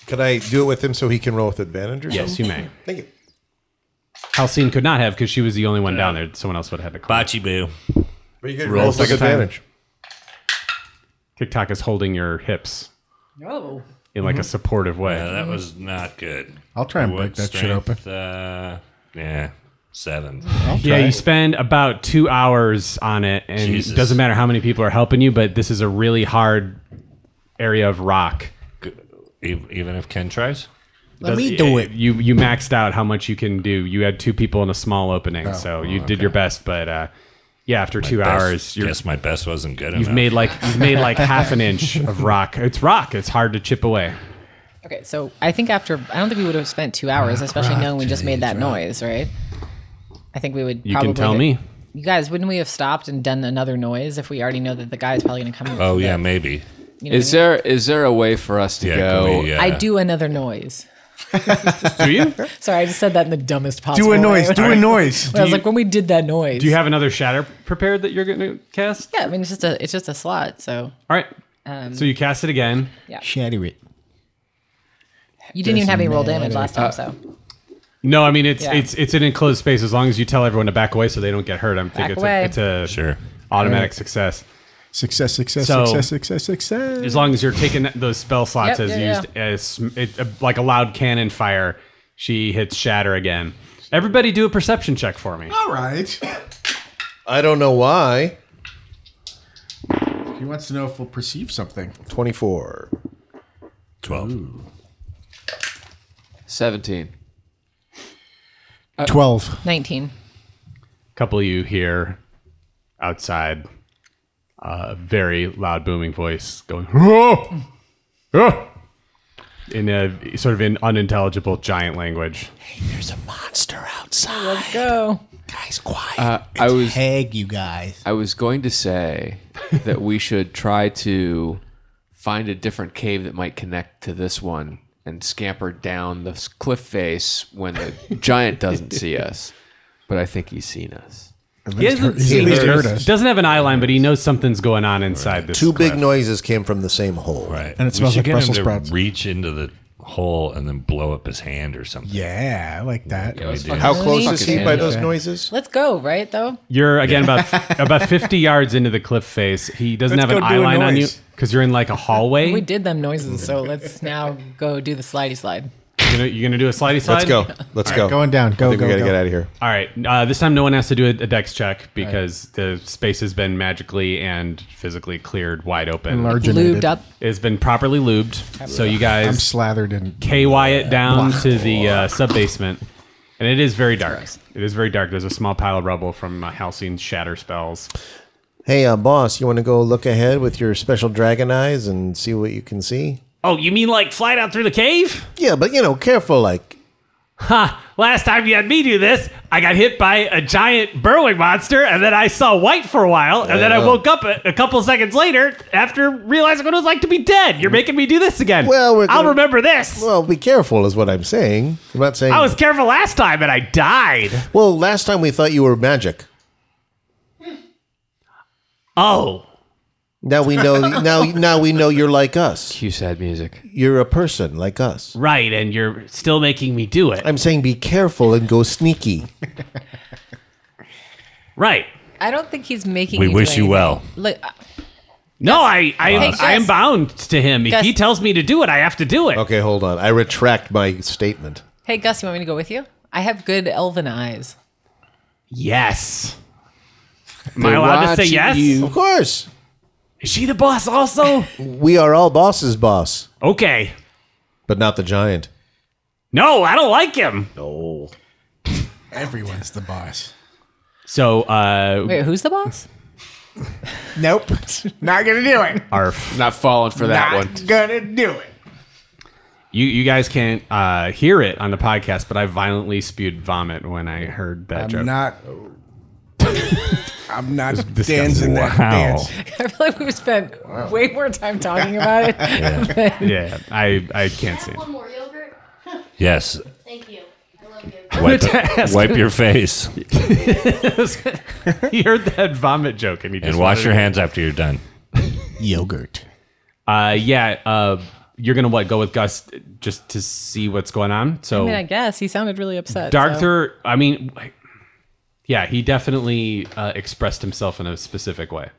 Speaker 5: Can I do it with him so he can roll with advantage? Or
Speaker 4: Yes, you may.
Speaker 5: something? Thank you.
Speaker 4: Halcyon could not have because she was the only one down there. Someone else would have had to call.
Speaker 6: Bocce boo.
Speaker 5: But you get
Speaker 6: Roll
Speaker 5: rolls like
Speaker 6: second time.
Speaker 5: advantage.
Speaker 4: TikTok is holding your hips
Speaker 2: No.
Speaker 4: in
Speaker 6: Mm-hmm.
Speaker 4: like a supportive way.
Speaker 6: Yeah, that was not good.
Speaker 9: I'll try and
Speaker 6: What
Speaker 9: break that shit
Speaker 6: strength, Uh, yeah. Seven.
Speaker 4: yeah, you spend about two hours on it, and
Speaker 6: Jesus.
Speaker 4: it doesn't matter how many people are helping you, but this is a really hard area of rock.
Speaker 6: E- Even if Ken tries?
Speaker 4: Does- You you maxed out how much you can do. You had two people in a small opening,
Speaker 6: Oh.
Speaker 4: so
Speaker 6: Oh,
Speaker 4: you did your best. But uh, yeah, after
Speaker 6: My
Speaker 4: two
Speaker 6: best-
Speaker 4: hours, you're,
Speaker 6: guess my best wasn't good
Speaker 4: You've
Speaker 6: enough.
Speaker 4: made like you've made like half an inch of rock. It's rock. It's hard to chip away.
Speaker 2: Okay, so I think after I don't think we would have spent two hours, especially knowing we just made that noise, right? I think we would.
Speaker 4: You can
Speaker 2: probably
Speaker 4: tell me.
Speaker 2: You guys, wouldn't we have stopped and done another noise if we already know that the guy is probably going to come? in?
Speaker 6: Oh, yeah, maybe.
Speaker 2: You know
Speaker 7: is
Speaker 2: what
Speaker 7: there is there a way for us to
Speaker 6: Yeah,
Speaker 7: go?
Speaker 6: can we, uh,
Speaker 2: I do another noise.
Speaker 4: do you?
Speaker 2: Sorry, I just said that in the dumbest possible.
Speaker 4: a
Speaker 2: way.
Speaker 4: noise, do a
Speaker 2: When
Speaker 4: noise.
Speaker 2: I was
Speaker 4: Do you-
Speaker 2: like, when we did that noise.
Speaker 4: Do you have another shatter prepared that you're going to cast?
Speaker 2: Yeah, I mean it's just a it's just a slot. So
Speaker 4: All right.
Speaker 2: Um,
Speaker 4: so you cast it again.
Speaker 2: Yeah.
Speaker 4: Shatter it.
Speaker 2: you didn't even have any roll
Speaker 4: Doesn't
Speaker 2: damage last time,
Speaker 4: matter.
Speaker 2: so
Speaker 4: No, I mean it's
Speaker 2: Yeah.
Speaker 4: it's it's an enclosed space. As long as you tell everyone to back away so they don't get hurt, I think
Speaker 2: Back
Speaker 4: it's
Speaker 2: away.
Speaker 4: a, it's a sure automatic
Speaker 9: Alright.
Speaker 4: success.
Speaker 9: Success, success,
Speaker 4: So-
Speaker 9: success, success, success.
Speaker 4: As long as you're taking that- those spell slots
Speaker 9: Yep,
Speaker 4: as
Speaker 9: yeah,
Speaker 4: used as it, like a loud cannon fire, she hits shatter again. Everybody, do a perception check for me.
Speaker 9: All right.
Speaker 5: I don't know why.
Speaker 9: He wants to know if we'll perceive something.
Speaker 5: 24.
Speaker 6: 12.
Speaker 7: 17.
Speaker 9: 12.
Speaker 2: nineteen.
Speaker 4: couple of you hear outside uh, a very loud booming voice going "Huh? Huh?" in a sort of in unintelligible giant language.
Speaker 3: There's a monster outside.
Speaker 2: Let's go.
Speaker 3: Guys, quiet.
Speaker 7: Uh, I was
Speaker 3: Hag, you guys.
Speaker 7: I was going to say that we should try to find a different cave that might connect to this one and scamper down the s- cliff face when the giant doesn't see us. But I think he's seen us.
Speaker 4: He hasn't seen us. Doesn't have an eye line, but he knows something's going on inside this.
Speaker 5: Two
Speaker 4: cliff.
Speaker 5: big noises came from the same hole.
Speaker 6: Right.
Speaker 9: And it smells
Speaker 6: should
Speaker 9: like
Speaker 6: get
Speaker 9: Brussels
Speaker 6: him to
Speaker 9: sprouts.
Speaker 6: Reach into the hole and then blow up his hand or something.
Speaker 9: Yeah, I like that.
Speaker 6: Yeah, let's fucking-
Speaker 5: How
Speaker 6: Really?
Speaker 5: close is he
Speaker 6: Fucking
Speaker 5: by
Speaker 6: hand
Speaker 5: those
Speaker 6: up.
Speaker 5: noises?
Speaker 2: Let's go, right though?
Speaker 4: You're again about about 50 yards into the cliff face. He doesn't
Speaker 2: Let's
Speaker 4: have an
Speaker 2: go
Speaker 4: eye
Speaker 2: do a
Speaker 4: line on you
Speaker 2: noise.
Speaker 4: because you're in like a hallway.
Speaker 2: We did them noises, so let's now go do the slidey slide.
Speaker 4: You're gonna, you gonna do a slidey slide.
Speaker 5: go. Let's
Speaker 4: All
Speaker 5: go.
Speaker 4: right.
Speaker 5: Going down. I Go, think we go, gotta go. get outta here.
Speaker 4: All right. Uh, this time, no one has to do a, a dex check because the space has been magically and physically cleared wide open.
Speaker 2: Lubed up.
Speaker 4: It's been properly lubed. So you guys
Speaker 9: I'm slathered in.
Speaker 4: KY it down to the uh, sub basement, and it is very dark. It is very dark. There's a small pile of rubble from uh, Halcyon's shatter spells.
Speaker 5: Hey, uh, boss, you want to go look ahead with your special dragon eyes and see what you can see?
Speaker 4: Oh, you mean like fly down through the cave?
Speaker 5: Yeah, but you know, careful. Like,
Speaker 4: Ha! Last time you had me do this, I got hit by a giant burrowing monster, and then I saw white for a while, and then I
Speaker 5: Yeah.
Speaker 4: woke up a, a couple seconds later after realizing what it was like to be dead. You're making me do this again.
Speaker 5: well, we're
Speaker 4: I'll
Speaker 5: gonna-
Speaker 4: remember this.
Speaker 5: Well, be careful is what I'm saying. I'm not saying.
Speaker 4: I was careful last time, and I died.
Speaker 5: well, last time we thought you were magic.
Speaker 4: Oh.
Speaker 5: Now we know. now, now we know you're like us.
Speaker 7: Cue sad music.
Speaker 5: You're a person like us.
Speaker 4: Right, and you're still making me do it.
Speaker 5: I'm saying be careful and go sneaky.
Speaker 4: Right.
Speaker 2: I don't think he's making.
Speaker 6: We
Speaker 2: do
Speaker 6: wish you
Speaker 2: anything.
Speaker 6: well.
Speaker 2: Look, uh,
Speaker 4: No, I, I,
Speaker 2: Hey, Gus.
Speaker 4: I am bound to him. If
Speaker 2: Gus.
Speaker 4: he tells me to do it, I have to do it.
Speaker 5: Okay, hold on. I retract my statement.
Speaker 2: hey Gus, you want me to go with you? I have good elven eyes.
Speaker 4: Yes. Am I allowed to say yes?
Speaker 5: Of course.
Speaker 4: Is she the boss also?
Speaker 5: We are all boss's boss,
Speaker 4: okay.
Speaker 5: but not the giant.
Speaker 4: No, I don't like him.
Speaker 5: No.
Speaker 9: Everyone's the boss.
Speaker 4: So, uh,
Speaker 2: Wait, who's the boss?
Speaker 9: Nope. Not gonna do it.
Speaker 4: Arf.
Speaker 7: Not falling for that
Speaker 9: Not
Speaker 7: one.
Speaker 9: gonna do it.
Speaker 4: You you guys can't uh, hear it on the podcast, but I violently spewed vomit when I heard that
Speaker 9: I'm
Speaker 4: joke.
Speaker 9: not. I'm not
Speaker 4: This guy's-
Speaker 9: dancing that
Speaker 4: wow.
Speaker 9: dance.
Speaker 2: I feel like we've spent way more time talking about it. than-
Speaker 4: yeah, I, I can't see. it.
Speaker 11: One more yogurt?
Speaker 6: Yes.
Speaker 11: Thank you. I love you.
Speaker 6: Wipe,
Speaker 4: Task.
Speaker 6: wipe your face
Speaker 4: he heard that vomit joke, and he just
Speaker 6: and wash
Speaker 4: wanted
Speaker 6: your
Speaker 4: to-
Speaker 6: hands after you're done.
Speaker 9: Yogurt.
Speaker 4: Uh, yeah, uh, you're gonna what go with Gus just to see what's going on. So
Speaker 2: I mean, I guess he sounded really upset. so-
Speaker 4: Darkther, I mean, yeah, he definitely uh, expressed himself in a specific way.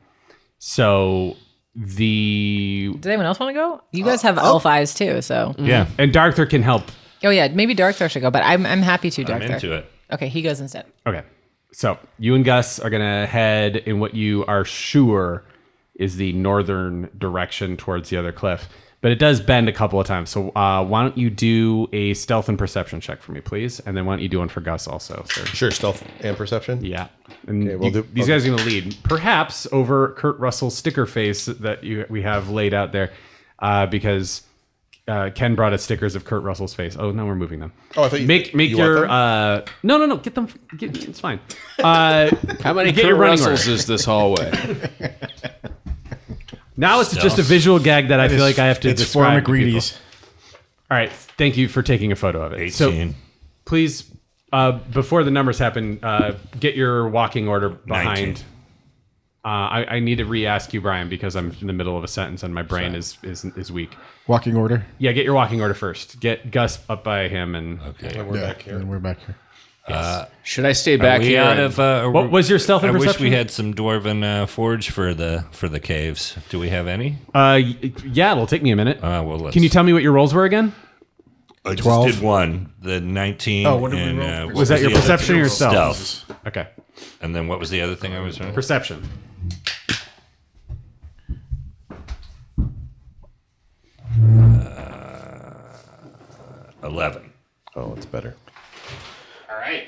Speaker 4: So the
Speaker 2: Does anyone else want to go? You guys have elf eyes too, so
Speaker 4: Mm-hmm. and Darkther can help.
Speaker 2: Oh yeah, maybe Darkther should go, but I'm I'm happy to Darkther.
Speaker 6: into it.
Speaker 2: Okay, he goes instead.
Speaker 4: Okay. So you and Gus are going to head in what you are sure is the northern direction towards the other cliff, but it does bend a couple of times. So uh, why don't you do a stealth and perception check for me, please? And then why don't you do one for Gus also? Sir?
Speaker 10: Sure, stealth and perception.
Speaker 4: Yeah. And
Speaker 10: we'll
Speaker 4: you-
Speaker 10: do-
Speaker 4: these
Speaker 10: okay.
Speaker 4: guys are going to lead, perhaps over Kurt Russell's sticker face that you, we have laid out there, uh, because uh, Ken brought us stickers of Kurt Russell's face. Oh, now we're moving them.
Speaker 10: Oh, I thought you-
Speaker 4: make make
Speaker 10: you want
Speaker 4: your
Speaker 10: them?
Speaker 4: uh, no no no get them get, it's fine. Uh,
Speaker 7: How many
Speaker 4: get
Speaker 7: Kurt
Speaker 4: your running
Speaker 7: Russells
Speaker 4: order.
Speaker 7: is this hallway?
Speaker 4: Now it's
Speaker 7: Stuff.
Speaker 4: just a visual gag that I feel like I have to
Speaker 9: it's
Speaker 4: describe.
Speaker 9: four
Speaker 4: to people.
Speaker 9: McGreedy's.
Speaker 4: All right, thank you for taking a photo of it. So, please, uh, before the numbers happen, uh, get your walking order behind.
Speaker 6: 19.
Speaker 4: Uh, I, I need to re-ask you, Brian, because I'm in the middle of a sentence and my brain is, is is weak.
Speaker 9: Walking order.
Speaker 4: Yeah, get your walking order first. Get Gus up by him, and okay.
Speaker 10: And we're back here.
Speaker 9: And we're back here.
Speaker 6: Uh,
Speaker 7: Should I stay
Speaker 6: are
Speaker 7: back
Speaker 6: we
Speaker 7: here?
Speaker 6: Out
Speaker 7: and-
Speaker 6: of, uh,
Speaker 4: What was your stealth
Speaker 6: I
Speaker 4: and
Speaker 6: wish we
Speaker 4: perception?
Speaker 6: had some dwarven uh, forge for the for the caves. Do we have any?
Speaker 4: Uh, y- yeah, it'll take me a minute.
Speaker 6: Uh, well, let's,
Speaker 4: Can you tell me what your rolls were again?
Speaker 6: I just
Speaker 9: 12?
Speaker 6: did one. The nineteen.
Speaker 9: Oh, what did we
Speaker 6: and,
Speaker 9: roll?
Speaker 6: uh, what
Speaker 4: Was that
Speaker 6: the
Speaker 4: your
Speaker 6: other
Speaker 4: perception or
Speaker 6: two?
Speaker 4: your stealth?
Speaker 6: Stealth.
Speaker 4: Okay,
Speaker 6: And then what was the other thing I was?
Speaker 4: perception.
Speaker 6: Uh, Eleven.
Speaker 10: Oh, it's better.
Speaker 4: All right.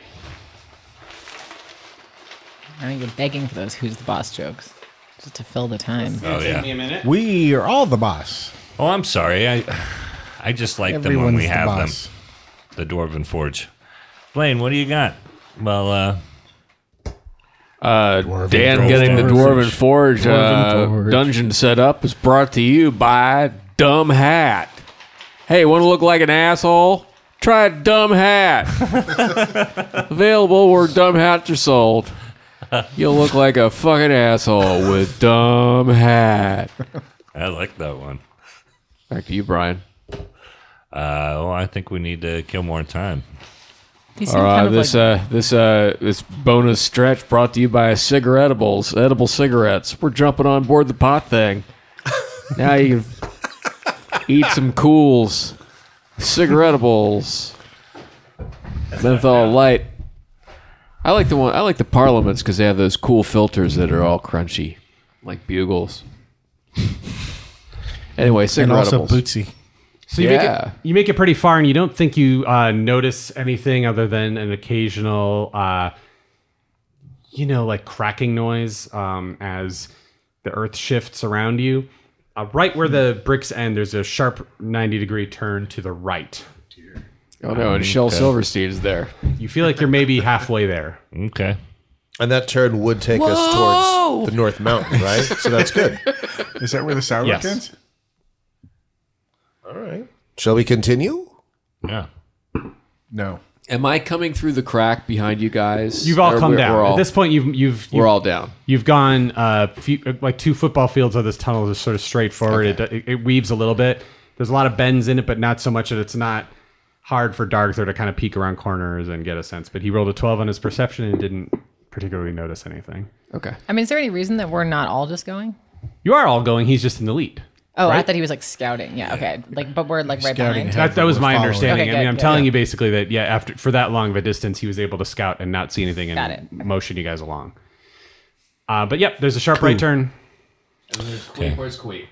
Speaker 2: I think you're begging for those who's the boss jokes just to fill the time.
Speaker 6: Oh yeah.
Speaker 4: minute.
Speaker 9: We are all the boss.
Speaker 6: Oh, I'm sorry. I I just like them when
Speaker 9: Everyone's
Speaker 6: we
Speaker 9: the
Speaker 6: have
Speaker 9: boss.
Speaker 6: them. The dwarven forge. Blaine, what do you got? Well, uh,
Speaker 7: Uh, Dan
Speaker 6: Forge.
Speaker 7: getting the Dwarven Forge,
Speaker 9: Dwarven
Speaker 7: uh,
Speaker 9: Forge.
Speaker 7: dungeon set up is brought to you by Dumb Hat. Hey, want to look like an asshole? Try Dumb Hat. Available where Dumb Hats are sold. You'll look like a fucking asshole with Dumb Hat.
Speaker 6: I like that one.
Speaker 7: Back to you, Brian.
Speaker 6: Uh, well, I think we need to kill more time.
Speaker 2: These
Speaker 7: All
Speaker 2: seem
Speaker 7: right,
Speaker 2: kind of
Speaker 7: this
Speaker 2: like,
Speaker 7: uh, this uh, this bonus stretch brought to you by Cigarettables, edible cigarettes. We're jumping on board the pot thing. now you can eat some cools, Cigarettables, menthol light. I like the one. I like the Parliaments because they have those cool filters that are all crunchy, like bugles. anyway,
Speaker 9: And
Speaker 7: Cigarettables.
Speaker 9: also Bootsy.
Speaker 4: So you
Speaker 7: Yeah.
Speaker 4: make it, you make it pretty far, and you don't think you uh, notice anything other than an occasional, uh, you know, like cracking noise um, as the earth shifts around you. Uh, right where the bricks end, there's a sharp ninety degree turn to the right.
Speaker 7: oh no, and Shel Silverstein is there.
Speaker 4: You feel like you're maybe halfway there.
Speaker 6: Okay.
Speaker 10: And that turn would take us towards the North Mountain, right? so that's good.
Speaker 9: Is that where the sour
Speaker 4: Yes.
Speaker 9: ends?
Speaker 10: All right. Shall we continue?
Speaker 6: Yeah.
Speaker 9: No.
Speaker 7: Am I coming through the crack behind you guys?
Speaker 4: You've all
Speaker 7: Or
Speaker 4: come
Speaker 7: we're-
Speaker 4: down.
Speaker 7: We're all,
Speaker 4: At this point, you've you've,
Speaker 7: we're
Speaker 4: you've
Speaker 7: all down.
Speaker 4: You've gone uh, few, like two football fields of this tunnel is sort of straight forward. It, it weaves a little bit. There's a lot of bends in it, but not so much that it's not hard for Darkthor to kind of peek around corners and get a sense. But he rolled a 12 on his perception and didn't particularly notice anything.
Speaker 7: Okay.
Speaker 2: I mean, is there any reason that we're not all just going?
Speaker 4: You are all going. He's just in the lead.
Speaker 2: Oh, I
Speaker 4: Right?
Speaker 2: thought he was like scouting. Yeah, okay. Like, but we're like right
Speaker 9: Scouting
Speaker 2: behind.
Speaker 9: ahead.
Speaker 4: That, that was
Speaker 9: We're
Speaker 4: my
Speaker 9: following.
Speaker 4: understanding.
Speaker 2: Okay,
Speaker 4: I mean,
Speaker 2: good,
Speaker 4: I'm
Speaker 2: good,
Speaker 4: telling
Speaker 2: good.
Speaker 4: you basically that yeah, after for that long of a distance, he was able to scout and not see anything and
Speaker 2: Got it.
Speaker 4: motion you guys along. Uh, but yep, there's a sharp right turn.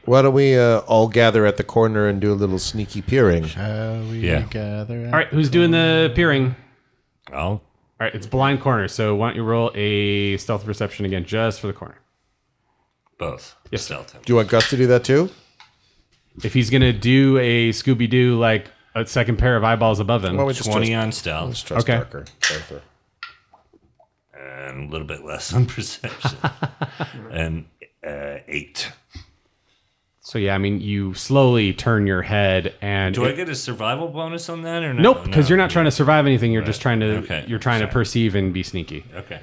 Speaker 10: Why don't we uh, all gather at the corner and do a little sneaky peering?
Speaker 9: Uh, we
Speaker 6: Yeah.
Speaker 9: gather.
Speaker 4: All right, who's doing the peering?
Speaker 6: Oh,
Speaker 4: All right, it's blind corner. So why don't you roll a stealth perception again, just for the corner?
Speaker 6: both. Yes. Stealth.
Speaker 10: Do you want Gus to do that too?
Speaker 4: If he's gonna do a Scooby Doo like a second pair of eyeballs above him,
Speaker 10: Why don't we just
Speaker 6: Twenty
Speaker 10: trust-
Speaker 6: on
Speaker 10: Let's
Speaker 6: stealth
Speaker 10: trust
Speaker 4: Okay.
Speaker 10: Darker. Arthur.
Speaker 6: and a little bit less on perception. and uh, eight.
Speaker 4: so yeah, I mean, you slowly turn your head and
Speaker 6: Do I get a survival bonus on that or no?
Speaker 4: nope, because
Speaker 6: No.
Speaker 4: you're not trying to survive anything. You're just trying to
Speaker 6: Okay,
Speaker 4: you're trying to
Speaker 6: sorry.
Speaker 4: perceive and be sneaky.
Speaker 6: Okay.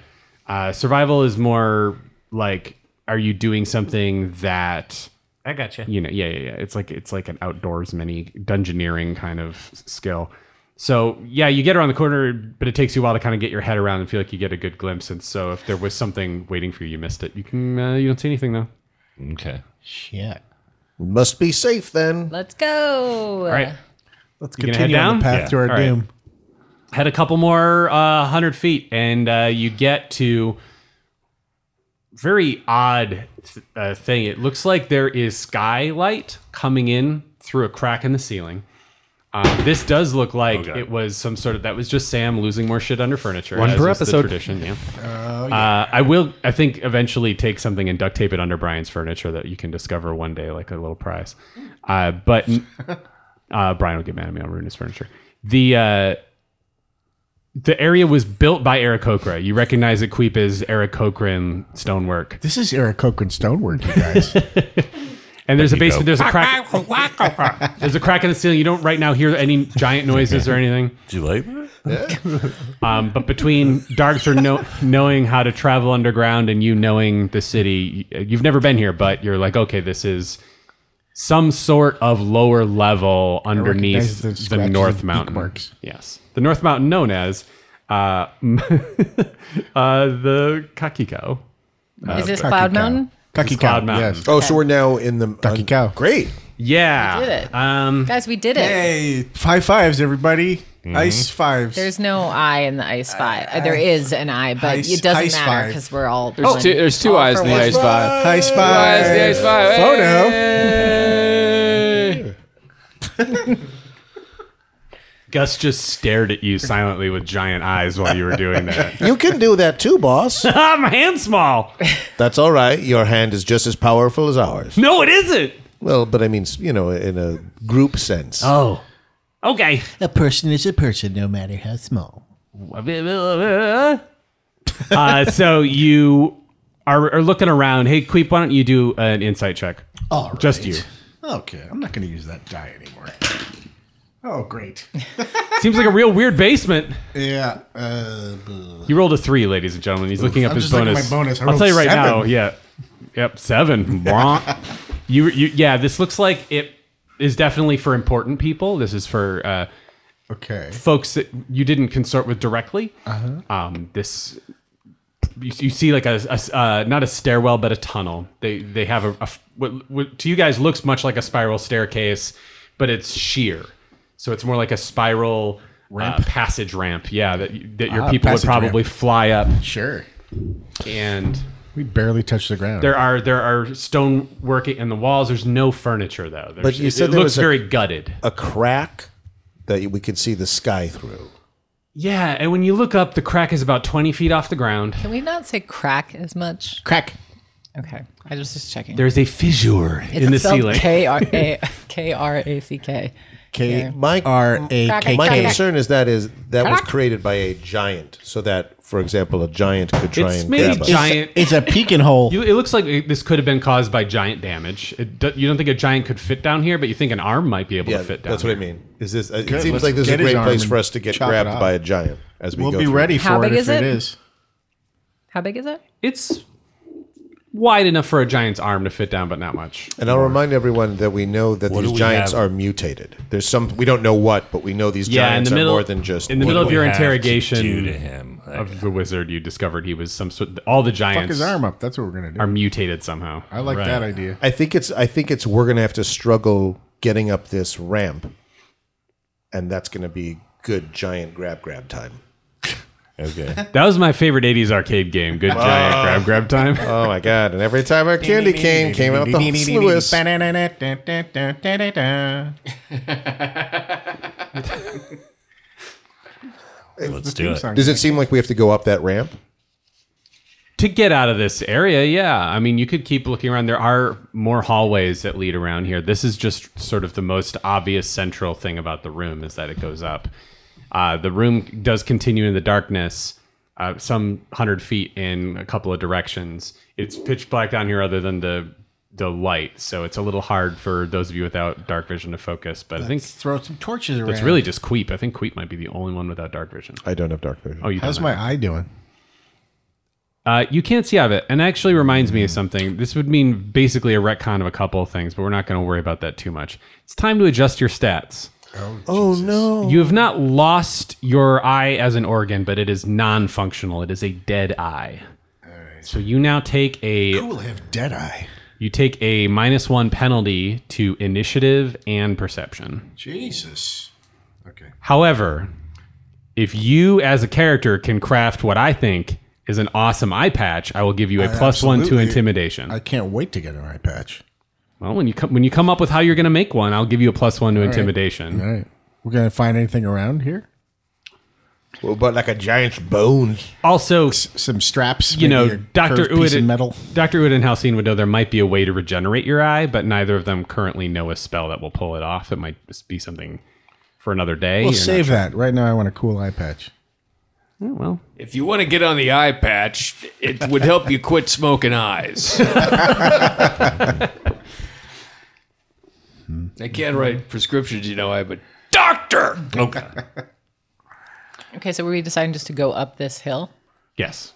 Speaker 4: Uh, survival is more like, are you doing something that
Speaker 6: I got you.
Speaker 4: you know, yeah, yeah, yeah. It's like it's like an outdoors mini dungeoneering kind of s- skill. So yeah, you get around the corner, but it takes you a while to kind of get your head around and feel like you get a good glimpse. And so if there was something waiting for you, you missed it. You can uh, you don't see anything though.
Speaker 6: Okay.
Speaker 9: Shit.
Speaker 10: Must be safe then.
Speaker 2: Let's go.
Speaker 4: All right,
Speaker 9: Let's
Speaker 4: You gonna head
Speaker 9: continue on
Speaker 4: down?
Speaker 9: the path
Speaker 6: Yeah.
Speaker 9: to our
Speaker 4: All right.
Speaker 9: doom.
Speaker 4: head a couple more uh, hundred feet, and uh, you get to very odd th- uh, thing. It looks like there is skylight coming in through a crack in the ceiling. Um, this does look like it was some sort of that was just Sam losing more shit under furniture.
Speaker 8: One
Speaker 4: as
Speaker 8: per
Speaker 4: is the
Speaker 8: episode.
Speaker 4: tradition, yeah.
Speaker 8: Oh, yeah.
Speaker 4: Uh, I will. I think eventually take something and duct tape it under Brian's furniture that you can discover one day, like a little prize. Uh, but uh, Brian will get mad at me. I'll ruin his furniture. The uh, the area was built by Eric Kokra. You recognize it, Queep, as Eric Kokran stonework.
Speaker 9: This is Eric Cochran stonework, you guys.
Speaker 4: And there's a
Speaker 9: There you
Speaker 4: basement.
Speaker 9: go.
Speaker 4: There's a crack. there's a crack in the ceiling. You don't right now hear any giant noises or anything. Do you like that? um, but between Darkthor know, knowing how to travel underground and you knowing the city, y- you've never been here, but you're like, okay, this is some sort of lower level underneath
Speaker 9: recognize the
Speaker 4: the,
Speaker 9: scratches and
Speaker 4: North
Speaker 9: beak
Speaker 4: Mountain.
Speaker 9: marks.
Speaker 4: Yes, the North Mountain, known as uh, uh, the Kakiko. Uh,
Speaker 2: Is this
Speaker 4: but-
Speaker 2: Cloud Mountain?
Speaker 4: This is Cloud Mountain.
Speaker 5: Oh, so we're now in the Ducky
Speaker 9: Cow.
Speaker 5: Great.
Speaker 4: Yeah.
Speaker 2: We did it.
Speaker 4: Um, Mm-hmm.
Speaker 2: Guys, we did it.
Speaker 9: Hey, five fives, everybody.
Speaker 6: Mm-hmm.
Speaker 9: Ice fives.
Speaker 2: There's no I in the ice five. Uh, there is an I, but
Speaker 9: Ice-
Speaker 2: it doesn't
Speaker 9: ice
Speaker 2: matter
Speaker 9: five.
Speaker 2: because we're all.
Speaker 7: There's
Speaker 4: Oh.
Speaker 2: one.
Speaker 7: two. er There's two
Speaker 2: All
Speaker 7: eyes
Speaker 2: for
Speaker 7: in the
Speaker 2: one.
Speaker 7: ice five.
Speaker 9: Ice
Speaker 7: Two eyes in the
Speaker 9: five.
Speaker 7: ice five.
Speaker 9: Photo.
Speaker 7: Hey.
Speaker 4: Gus just stared at you silently with giant eyes while you were doing that.
Speaker 5: You can do that too, boss.
Speaker 4: I'm hand small.
Speaker 5: That's all right. Your hand is just as powerful as ours.
Speaker 4: No, it isn't.
Speaker 5: Well, but I mean, you know, in a group sense.
Speaker 3: Oh.
Speaker 4: Okay.
Speaker 3: A person is a person, no matter how small.
Speaker 4: Uh, so you are, are looking around. Hey, Queep, why don't you do an insight check?
Speaker 9: All
Speaker 4: Just
Speaker 9: right.
Speaker 4: you.
Speaker 9: Okay, I'm not going to use that die anymore. Oh, great.
Speaker 4: Seems like a real weird basement.
Speaker 9: Yeah. Uh, boo.
Speaker 4: You rolled a three, ladies and gentlemen. He's
Speaker 9: Oof.
Speaker 4: looking up
Speaker 9: I'm
Speaker 4: his
Speaker 9: just looking at
Speaker 4: bonus.
Speaker 9: my bonus. I
Speaker 4: I'll
Speaker 9: rolled
Speaker 4: tell you right
Speaker 9: seven.
Speaker 4: now. Yeah. Yep. Seven. Blah. you, you. Yeah. This looks like it is definitely for important people. This is for uh,
Speaker 9: okay
Speaker 4: folks that you didn't consort with directly.
Speaker 9: Uh-huh.
Speaker 4: Um, this. You, you see, like a, a- uh, not a stairwell, but a tunnel. They they have a, a f- what, what to you guys looks much like a spiral staircase, but it's sheer, so it's more like a spiral ramp passage ramp. Yeah, that you- that your
Speaker 9: Ah,
Speaker 4: people would
Speaker 9: passage ramp.
Speaker 4: probably fly up.
Speaker 9: Sure. Oh.
Speaker 4: And
Speaker 9: We barely touched the ground.
Speaker 4: there are there are stone working in the walls. There's no furniture though. There's,
Speaker 5: but you said
Speaker 4: it,
Speaker 5: there
Speaker 4: looks
Speaker 5: was a-
Speaker 4: very gutted.
Speaker 5: A crack that we could see the sky through.
Speaker 4: Yeah, and when you look up, the crack is about twenty feet off the ground.
Speaker 2: Can we not say crack as much?
Speaker 9: Crack.
Speaker 2: Okay, I was just checking.
Speaker 4: There's a fissure
Speaker 2: It's
Speaker 4: in the
Speaker 2: spelled
Speaker 4: ceiling.
Speaker 2: K R A K R A C K.
Speaker 5: K
Speaker 2: Yeah.
Speaker 5: my
Speaker 9: R A
Speaker 2: K-
Speaker 5: My
Speaker 2: K-
Speaker 5: concern is that is that was created by a giant, so that, for example, a giant could try
Speaker 4: It's
Speaker 5: and
Speaker 4: maybe
Speaker 5: grab us.
Speaker 4: giant.
Speaker 9: It's a peeking hole.
Speaker 4: You, it looks like it- this could have been caused by giant damage. It do, you don't think a giant could fit down here, but you think an arm might be able
Speaker 5: Yeah,
Speaker 4: to fit down.
Speaker 5: that's what I mean. Is this? uh, It
Speaker 9: Good,
Speaker 5: seems
Speaker 9: let's
Speaker 5: like this is a
Speaker 9: get his
Speaker 5: great
Speaker 9: arm
Speaker 5: place
Speaker 9: and
Speaker 5: for us to get
Speaker 9: chop it
Speaker 5: grabbed
Speaker 9: up.
Speaker 5: by a giant as we
Speaker 9: We'll
Speaker 5: go.
Speaker 9: be
Speaker 5: through.
Speaker 9: ready
Speaker 2: How
Speaker 9: for it
Speaker 2: big
Speaker 9: if
Speaker 2: is
Speaker 9: it
Speaker 2: it?
Speaker 9: is.
Speaker 2: How big is it?
Speaker 4: It's wide enough for a giant's arm to fit down, but not much.
Speaker 5: And I'll remind everyone that we know that
Speaker 6: What do
Speaker 5: these
Speaker 6: we
Speaker 5: giants
Speaker 6: have?
Speaker 5: are mutated. There's some we don't know what, but we know these
Speaker 4: yeah, in
Speaker 5: giants
Speaker 4: the middle,
Speaker 5: are more than just
Speaker 4: in the
Speaker 5: one
Speaker 4: middle of
Speaker 5: way.
Speaker 4: your
Speaker 6: have to
Speaker 4: interrogation
Speaker 6: do to him?
Speaker 4: of the wizard, you discovered he was some sort. All the
Speaker 9: Fuck
Speaker 4: giants
Speaker 9: his arm up. That's what we're going to do.
Speaker 4: are mutated somehow.
Speaker 9: I like that idea.
Speaker 5: I think it's I think it's we're gonna have to struggle getting up this ramp, and that's gonna be good giant grab grab time.
Speaker 6: Okay.
Speaker 4: That was my favorite '80s arcade game. Good giant grab grab time.
Speaker 5: Oh my god! And every time our candy cane came out the sluice.
Speaker 6: Let's do it.
Speaker 5: Does it seem like we have to go up that ramp?
Speaker 4: to get out of this area yeah i mean you could keep looking around there are more hallways that lead around here this is just sort of the most obvious central thing about the room is that it goes up uh, the room does continue in the darkness uh, some hundred feet in a couple of directions it's pitch black down here other than the the light so it's a little hard for those of you without dark vision to focus but i think
Speaker 9: Throw some torches around.
Speaker 4: it's really just queep i think queep might be the only one without dark vision
Speaker 5: I don't have dark vision.
Speaker 4: oh you don't
Speaker 9: How's
Speaker 4: know.
Speaker 9: my eye doing?
Speaker 4: Uh, you can't see out of it, and it actually reminds me of something. This would mean basically a retcon of a couple of things, but we're not going to worry about that too much. It's time to adjust your stats.
Speaker 5: Oh no!
Speaker 4: You have not lost your eye as an organ, but it is non-functional. It is a dead eye. So you now take a
Speaker 9: We'll have dead eye.
Speaker 4: you take a minus one penalty to initiative and perception.
Speaker 9: Jesus. Okay.
Speaker 4: However, If you, as a character, can craft what I think is an awesome eye patch, I will give you a
Speaker 9: I
Speaker 4: plus one to
Speaker 9: absolutely-
Speaker 4: intimidation.
Speaker 9: I can't wait to get an eye patch.
Speaker 4: Well, when you come when you come up with how you're going to make one, I'll give you a plus one to
Speaker 9: All right.
Speaker 4: intimidation.
Speaker 9: All right. We're gonna find anything around here.
Speaker 5: Well, but like a giant's bones.
Speaker 4: Also,
Speaker 9: some straps.
Speaker 4: You
Speaker 9: maybe
Speaker 4: know,
Speaker 9: a
Speaker 4: Doctor
Speaker 9: curved piece of
Speaker 4: Uid,
Speaker 9: metal.
Speaker 4: Doctor Uid and Halcyon would know there might be a way to regenerate your eye, but neither of them currently know a spell that will pull it off. It might just be something for another day.
Speaker 9: we'll
Speaker 4: You're not
Speaker 9: save
Speaker 4: sure.
Speaker 9: that. Right now, I want a cool eye patch.
Speaker 4: well,
Speaker 7: If you want to get on the eye patch, it would help you quit smoking eyes. I can't write prescriptions, you know. I but doctor.
Speaker 6: Okay.
Speaker 2: Okay, so were we deciding just to go up this hill?
Speaker 4: Yes.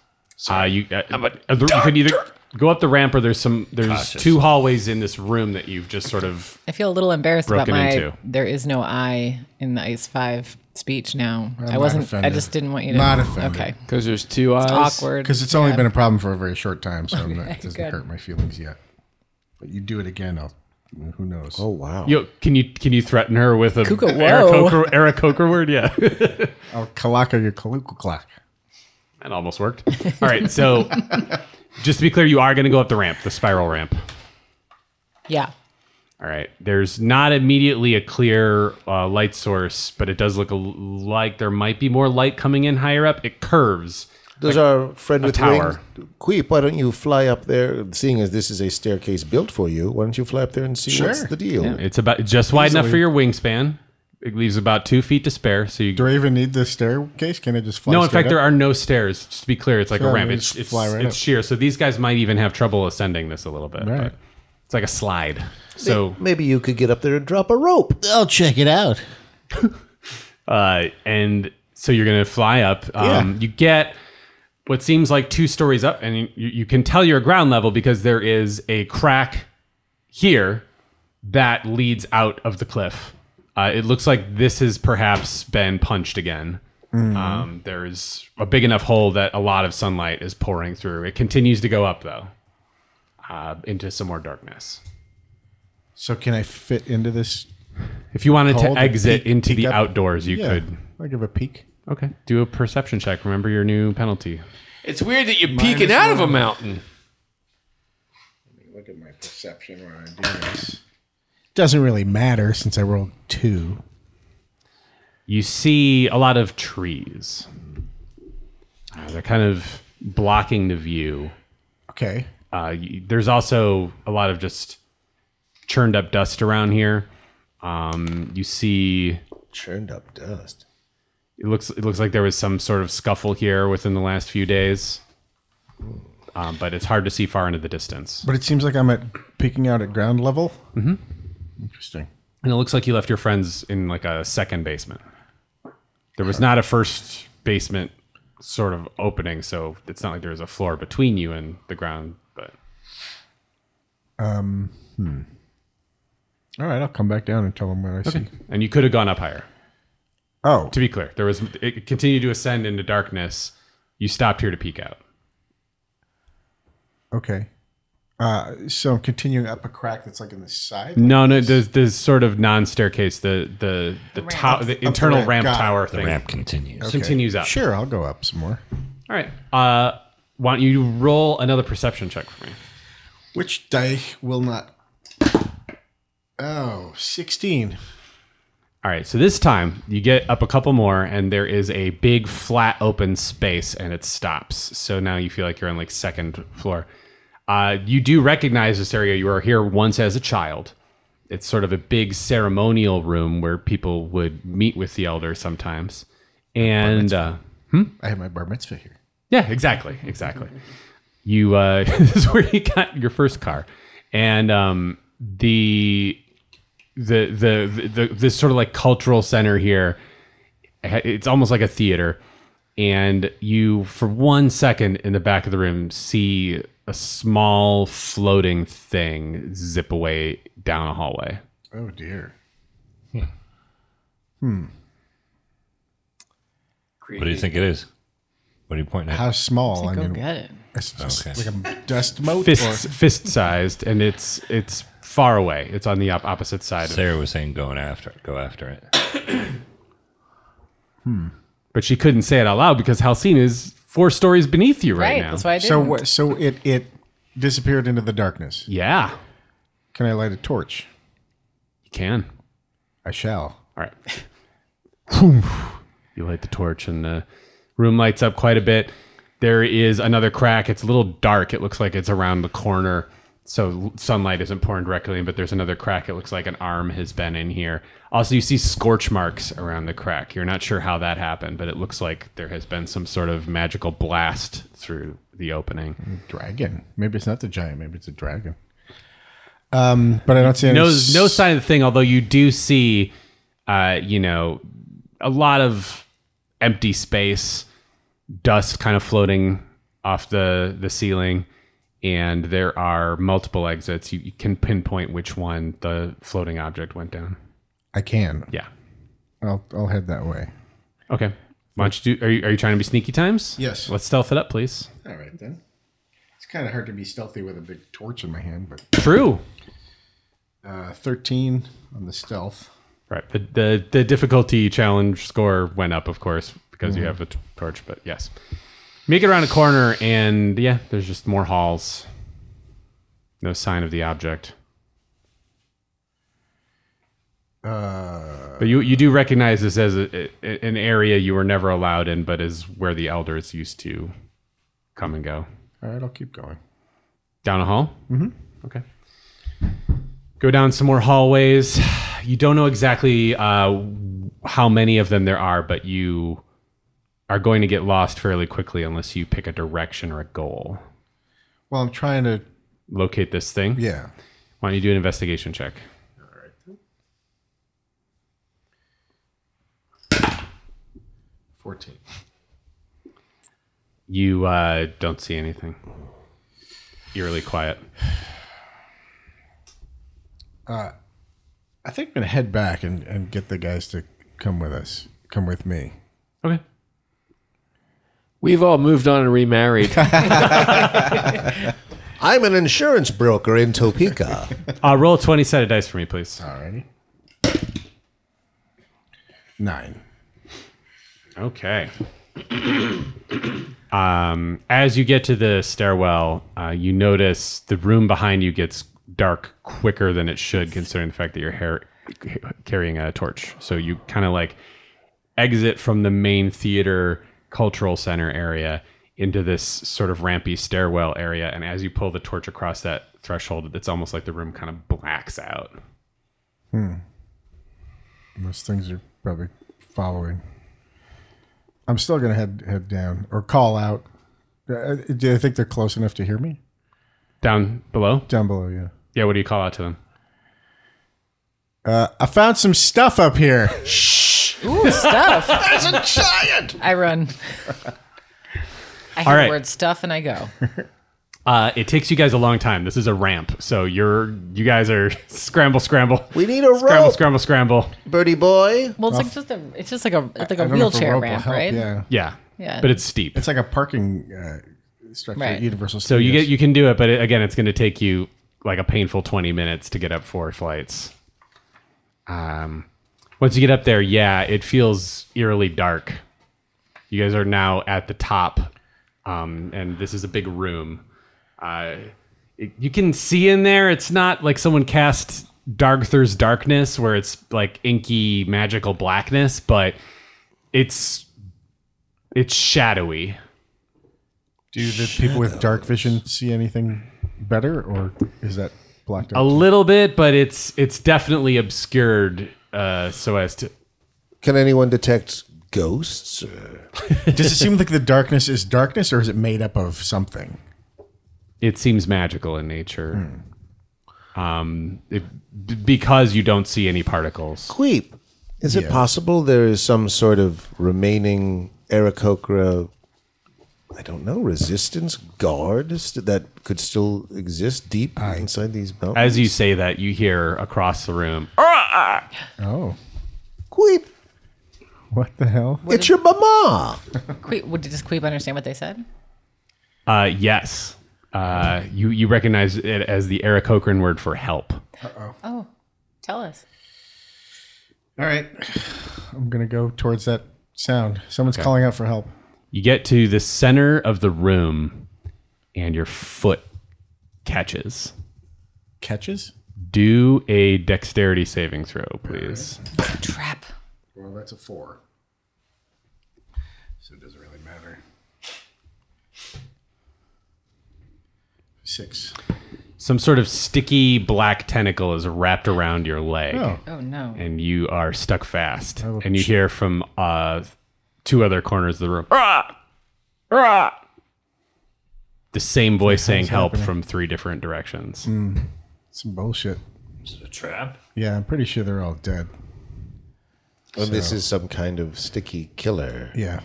Speaker 4: Uh, you, uh, uh, you could either go up the ramp or there's some there's
Speaker 2: Cautious.
Speaker 4: two hallways in this room that you've just sort of
Speaker 2: I feel a little embarrassed
Speaker 4: Broken
Speaker 2: about my
Speaker 4: into.
Speaker 2: there is no I in the Ice 5 speech now.
Speaker 9: I'm
Speaker 2: I
Speaker 9: not
Speaker 2: wasn't
Speaker 9: offended.
Speaker 2: I just didn't want you to
Speaker 9: Not offended.
Speaker 2: Okay.
Speaker 7: Because there's two
Speaker 2: It's
Speaker 7: eyes.
Speaker 2: awkward.
Speaker 9: Because it's only
Speaker 2: Yeah.
Speaker 9: been a problem for a very short time, so I'm not,
Speaker 2: Okay,
Speaker 9: it doesn't
Speaker 2: good.
Speaker 9: hurt my feelings yet. But you do it again, I'll. Who knows?
Speaker 5: Oh wow!
Speaker 4: Yo, can you can you threaten her with a
Speaker 9: Kuka,
Speaker 4: Eric
Speaker 9: whoa.
Speaker 4: Coker, Eric Coker word? Yeah,
Speaker 9: I'll kalaka your kaluka clock.
Speaker 4: that almost worked. All right, so just to be clear, you are going to go up the ramp, the spiral ramp.
Speaker 2: Yeah.
Speaker 4: All right. There's not immediately a clear uh, light source, but it does look a, like there might be more light coming in higher up. It curves.
Speaker 5: There's
Speaker 4: like
Speaker 5: our friend
Speaker 4: a
Speaker 5: with
Speaker 4: tower.
Speaker 5: wings. Queep, why don't you fly up there? Seeing as this is a staircase built for you, why don't you fly up there and see what's the deal?
Speaker 4: Yeah, it's about just wide enough
Speaker 9: Easily.
Speaker 4: for your wingspan. It leaves about two feet to spare. So you
Speaker 9: Do I even need the staircase? Can I just fly?
Speaker 4: no, in
Speaker 9: straight
Speaker 4: fact,
Speaker 9: up?
Speaker 4: there are no stairs. Just to be clear, it's like
Speaker 9: Sure,
Speaker 4: a
Speaker 9: I
Speaker 4: ramp.
Speaker 9: mean,
Speaker 4: It's
Speaker 9: just
Speaker 4: it's,
Speaker 9: fly right
Speaker 4: it's
Speaker 9: up.
Speaker 4: sheer. So these guys might even have trouble ascending this a little bit.
Speaker 9: Right.
Speaker 4: but It's like a slide. So
Speaker 5: maybe you could get up there and drop a rope.
Speaker 3: I'll check it out.
Speaker 4: uh, and so you're gonna fly up. Um, You get what seems like two stories up, and you, you can tell you're ground level because there is a crack here that leads out of the cliff. Uh, it looks like this has perhaps been punched again.
Speaker 8: Mhm.
Speaker 4: Um, there's a big enough hole that a lot of sunlight is pouring through. It continues to go up though, uh, into some more darkness.
Speaker 9: So can I fit into this?
Speaker 4: If you wanted
Speaker 9: hole
Speaker 4: to exit
Speaker 9: peek-
Speaker 4: into
Speaker 9: peek
Speaker 4: the
Speaker 9: up?
Speaker 4: outdoors, you
Speaker 9: Yeah,
Speaker 4: could.
Speaker 9: I'll give a peek.
Speaker 4: Okay. Do a perception check. Remember your new penalty.
Speaker 7: It's weird that you're peeking out of a mountain.
Speaker 9: Look at my perception when I do this. Doesn't really matter since I rolled two.
Speaker 4: you see a lot of trees. Uh, they're kind of blocking the view.
Speaker 9: Okay.
Speaker 4: Uh, y there's also a lot of just churned up dust around here. Um, you see
Speaker 5: churned up dust.
Speaker 4: It looks it looks like there was some sort of scuffle here within the last few days. Um, but it's hard to see far into the distance.
Speaker 9: But it seems like I'm at peeking out at ground level.
Speaker 4: Mhm.
Speaker 9: Interesting.
Speaker 4: And it looks like you left your friends in like a second basement. There was not a first basement sort of opening, so it's not like there was a floor between you and the ground. But
Speaker 9: Um. Hmm. All right, I'll come back down and tell them what I see.
Speaker 4: and you could have gone up higher.
Speaker 9: Oh,
Speaker 4: to be clear, there was it continued to ascend into darkness. You stopped here to peek out.
Speaker 9: Okay. Uh, so I'm continuing up a crack that's like in the side.
Speaker 4: No, no, there's, there's sort of non-staircase, the the the,
Speaker 9: ramp.
Speaker 4: tow-
Speaker 9: Up
Speaker 4: the
Speaker 9: the
Speaker 4: internal
Speaker 9: ramp,
Speaker 4: ramp,
Speaker 9: got it.
Speaker 4: tower
Speaker 9: The
Speaker 4: thing.
Speaker 6: ramp continues.
Speaker 4: Continues up.
Speaker 9: Sure, I'll go up some more.
Speaker 4: All right. Uh, why don't you roll another perception check for me?
Speaker 9: Which die will not? Oh, 16.
Speaker 4: All right, so this time you get up a couple more, and there is a big flat open space, and it stops. So now you feel like you're on like second floor. Uh, you do recognize this area. You were here once as a child. It's sort of a big ceremonial room where people would meet with the elder sometimes.
Speaker 9: Oh,
Speaker 4: And uh,
Speaker 9: I have my bar mitzvah here.
Speaker 4: yeah, exactly, exactly. You uh, this is where you got your first car, and um, the, the the the the this sort of like cultural center here. It's almost like a theater, and you for one second in the back of the room see a small floating thing zip away down a hallway.
Speaker 9: Oh dear.
Speaker 6: What do you think it is? What are you pointing at?
Speaker 9: How small? I
Speaker 2: Go
Speaker 9: mean,
Speaker 2: get it.
Speaker 9: it's just
Speaker 6: Okay.
Speaker 9: like a dust mote.
Speaker 4: Fist
Speaker 9: or-
Speaker 4: fist sized, and it's it's far away. It's on the op- opposite side. of
Speaker 6: Sarah was saying, going after, it, go after it.
Speaker 4: Hmm. but she couldn't say it out loud because Halcyon is four stories beneath you right, now.
Speaker 9: So what? So it it disappeared into the darkness.
Speaker 4: Yeah.
Speaker 9: Can I light a torch?
Speaker 4: You can.
Speaker 9: I shall.
Speaker 4: All right. you light the torch, and the room lights up quite a bit. There is another crack. It's a little dark. It looks like it's around the corner, so sunlight isn't pouring directly in. But there's another crack. It looks like an arm has been in here. Also, you see scorch marks around the crack. You're not sure how that happened, but it looks like there has been some sort of magical blast through the opening.
Speaker 9: Dragon. Maybe it's not the giant. Maybe it's a dragon. Um, but I don't see any.
Speaker 4: no
Speaker 9: s-
Speaker 4: no sign of the thing although you do see uh you know a lot of empty space dust kind of floating off the the ceiling and there are multiple exits you, you can pinpoint which one the floating object went down
Speaker 9: I can.
Speaker 4: Yeah.
Speaker 9: I'll I'll head that way.
Speaker 4: okay why don't you do are you, are you trying to be sneaky times
Speaker 9: Yes.
Speaker 4: let's stealth it up please
Speaker 9: All right then. It's kind of hard to be stealthy with a big torch in my hand, but
Speaker 4: true
Speaker 9: uh, thirteen on the stealth.
Speaker 4: right the, the the difficulty challenge score went up of course because you
Speaker 9: Mhm.
Speaker 4: have a t- torch but yes make it around a corner and yeah there's just more halls no sign of the object
Speaker 9: Uh,
Speaker 4: but you you do recognize this as a, a- an area you were never allowed in but is where the elders used to come and go
Speaker 9: all right, I'll keep going.
Speaker 4: down a hall
Speaker 9: Mm-hmm.
Speaker 4: Okay. go down some more hallways. You don't know exactly uh, how many of them there are, but you are going to get lost fairly quickly unless you pick a direction or a goal.
Speaker 9: Well, I'm trying to
Speaker 4: Locate this thing.
Speaker 9: Yeah.
Speaker 4: Why don't you do an investigation check?
Speaker 9: fourteen.
Speaker 4: You uh, don't see anything. Eerily quiet.
Speaker 9: Uh, I think I'm gonna head back and, and get the guys to come with us. Come with me.
Speaker 4: Okay.
Speaker 7: We've all moved on and remarried.
Speaker 5: I'm an insurance broker in Topeka.
Speaker 4: Uh, roll a 20 sided dice for me, please.
Speaker 9: Alrighty. Nine.
Speaker 4: Okay. um, as you get to the stairwell, uh, you notice the room behind you gets dark quicker than it should, considering the fact that you're hair- carrying a torch. So you kind of like exit from the main theater cultural center area into this sort of rampy stairwell area. And as you pull the torch across that threshold, it's almost like the room kind of blacks out.
Speaker 9: Hmm. Those things are probably following. I'm still gonna head head down or call out. Uh, Do you think they're close enough to hear me?
Speaker 4: Down below?
Speaker 9: Down below, yeah.
Speaker 4: Yeah, what do you call out to them?
Speaker 9: Uh, I found some stuff up here.
Speaker 2: Ooh, stuff.
Speaker 5: There's a giant.
Speaker 2: I run. I hear
Speaker 4: All
Speaker 2: the
Speaker 4: right.
Speaker 2: word stuff and I go.
Speaker 4: Uh, it takes you guys a long time. This is a ramp, so you're you guys are scramble, scramble.
Speaker 5: We need a
Speaker 4: scramble,
Speaker 5: rope.
Speaker 4: scramble, scramble.
Speaker 5: Birdie boy.
Speaker 2: Well, it's like just a, it's just like a, it's like
Speaker 9: Oh. I
Speaker 2: a
Speaker 9: don't know if
Speaker 2: wheelchair
Speaker 9: rope will
Speaker 2: ramp,
Speaker 9: help,
Speaker 2: right?
Speaker 9: Yeah.
Speaker 4: Yeah.
Speaker 2: Yeah.
Speaker 4: But it's steep.
Speaker 9: It's like a parking uh, structure
Speaker 2: Right.
Speaker 9: at Universal
Speaker 4: So you
Speaker 9: Studios.
Speaker 4: get you can do it, but it, again, it's going to take you like a painful twenty minutes to get up four flights. Um, once you get up there, yeah, it feels eerily dark. You guys are now at the top, um, and this is a big room. Uh, it, you can see in there. It's not like someone cast Darkthor's Darkness, where it's like inky magical blackness, but it's it's shadowy.
Speaker 9: Do the people with dark vision see anything better, or is that blocked
Speaker 4: a
Speaker 9: out?
Speaker 4: little bit but it's it's definitely obscured uh so as to
Speaker 5: Can anyone detect ghosts? or-
Speaker 9: Does it seem like the darkness is darkness, or is it made up of something?
Speaker 4: it seems magical in nature
Speaker 5: Hmm.
Speaker 4: um it, b- because you don't see any particles
Speaker 5: Queep. Is it possible there is some sort of remaining Aarakocra, I don't know, resistance guard st- that could still exist deep inside these mountains?
Speaker 4: as you say that you hear across the room
Speaker 9: Oh,
Speaker 5: Queep.
Speaker 9: What the hell?
Speaker 5: It's your
Speaker 4: Ah.
Speaker 5: mama.
Speaker 2: Queep, would, does Queep understand what they said?
Speaker 4: uh yes uh you you recognize it as the eric Cochran word for help
Speaker 2: Oh, tell us.
Speaker 9: All right, I'm gonna go towards that Sound. Someone's
Speaker 4: Okay.
Speaker 9: calling out for help.
Speaker 4: You get to the center of the room and your foot catches.
Speaker 9: Catches?
Speaker 4: Do a dexterity saving throw, please.
Speaker 2: Trap.
Speaker 9: Well, that's a four. So it doesn't really matter. Six.
Speaker 4: Some sort of sticky black tentacle is wrapped around your leg.
Speaker 9: Oh.
Speaker 2: Oh, no.
Speaker 4: And you are stuck fast.
Speaker 9: I will
Speaker 4: And you
Speaker 9: ch-
Speaker 4: hear from uh, two other corners of the room
Speaker 8: Ah! Ah!
Speaker 4: the same voice saying
Speaker 9: What's
Speaker 4: help
Speaker 9: happening?
Speaker 4: from three different directions.
Speaker 9: Mm, some bullshit.
Speaker 6: Is it a trap?
Speaker 9: Yeah, I'm pretty sure they're all dead.
Speaker 5: And this
Speaker 9: So-
Speaker 5: is some kind of sticky killer.
Speaker 9: Yeah.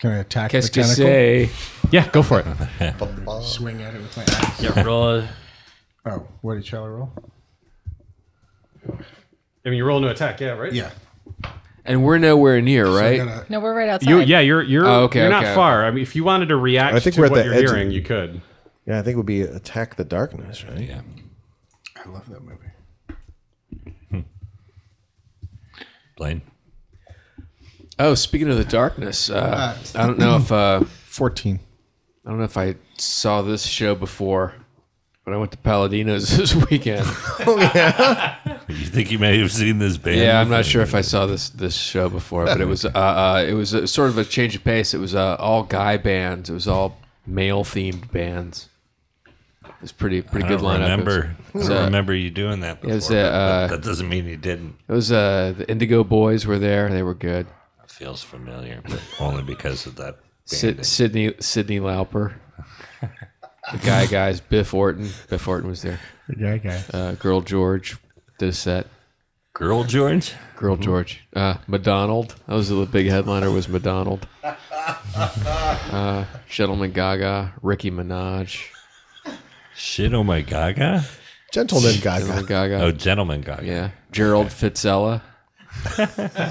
Speaker 9: Can I attack
Speaker 7: Qu'est-ce
Speaker 9: the
Speaker 7: que
Speaker 9: tentacle?
Speaker 7: c'est?
Speaker 4: Yeah, go for it.
Speaker 9: Swing at it with my axe.
Speaker 4: yeah, roll.
Speaker 9: Oh, what did Charlie roll?
Speaker 4: I mean, you roll into attack, yeah, right?
Speaker 9: Yeah.
Speaker 7: And we're nowhere near,
Speaker 9: So I
Speaker 7: right?
Speaker 9: gotta-
Speaker 2: No, we're right outside.
Speaker 4: You, yeah, you're you're
Speaker 7: Oh, okay,
Speaker 4: you're not
Speaker 7: okay.
Speaker 4: far. I mean, if you wanted to react
Speaker 5: I think
Speaker 4: to
Speaker 5: we're at
Speaker 4: what
Speaker 5: the
Speaker 4: you're
Speaker 5: edge of-
Speaker 4: hearing, you could.
Speaker 5: Yeah, I think it would be Attack the Darkness, right?
Speaker 6: Yeah.
Speaker 9: I love that movie.
Speaker 6: Blaine?
Speaker 7: Oh, speaking of the darkness, uh, I don't know if uh,
Speaker 9: 14.
Speaker 7: I don't know if I saw this show before, but I went to Paladino's this weekend.
Speaker 10: Oh,
Speaker 6: You think you may have seen this band?
Speaker 7: yeah, I'm not sure if I saw this this show before, but it was uh, uh, it was a, sort of a change of pace. It was uh, all guy bands. It was all male themed bands. It was pretty pretty
Speaker 6: I
Speaker 7: good
Speaker 6: don't
Speaker 7: lineup. It was-
Speaker 6: remember.
Speaker 7: It was,
Speaker 6: I don't
Speaker 7: uh,
Speaker 6: remember you doing that before.
Speaker 7: it was,
Speaker 6: but
Speaker 7: uh,
Speaker 6: that, that doesn't mean you didn't.
Speaker 7: it was uh, the Indigo Boys were there. They were good.
Speaker 6: It feels familiar, but only because of that.
Speaker 7: Sid,
Speaker 6: banding.
Speaker 7: Sydney Sydney Lauper, the guy guys. Biff Orton. Biff Orton was there.
Speaker 9: Yeah, guy.
Speaker 7: Uh, Girl George did a set.
Speaker 6: Girl George?
Speaker 7: Girl George. Uh, McDonald. That was the big headliner was McDonald. Uh, Gentleman Gaga. Ricky Minaj.
Speaker 6: Shit, oh my gaga?
Speaker 5: Gentleman
Speaker 7: Gentleman
Speaker 5: Gaga.
Speaker 7: Gaga.
Speaker 6: Oh, Gentleman Gaga.
Speaker 7: Yeah. Gerald Fitzella.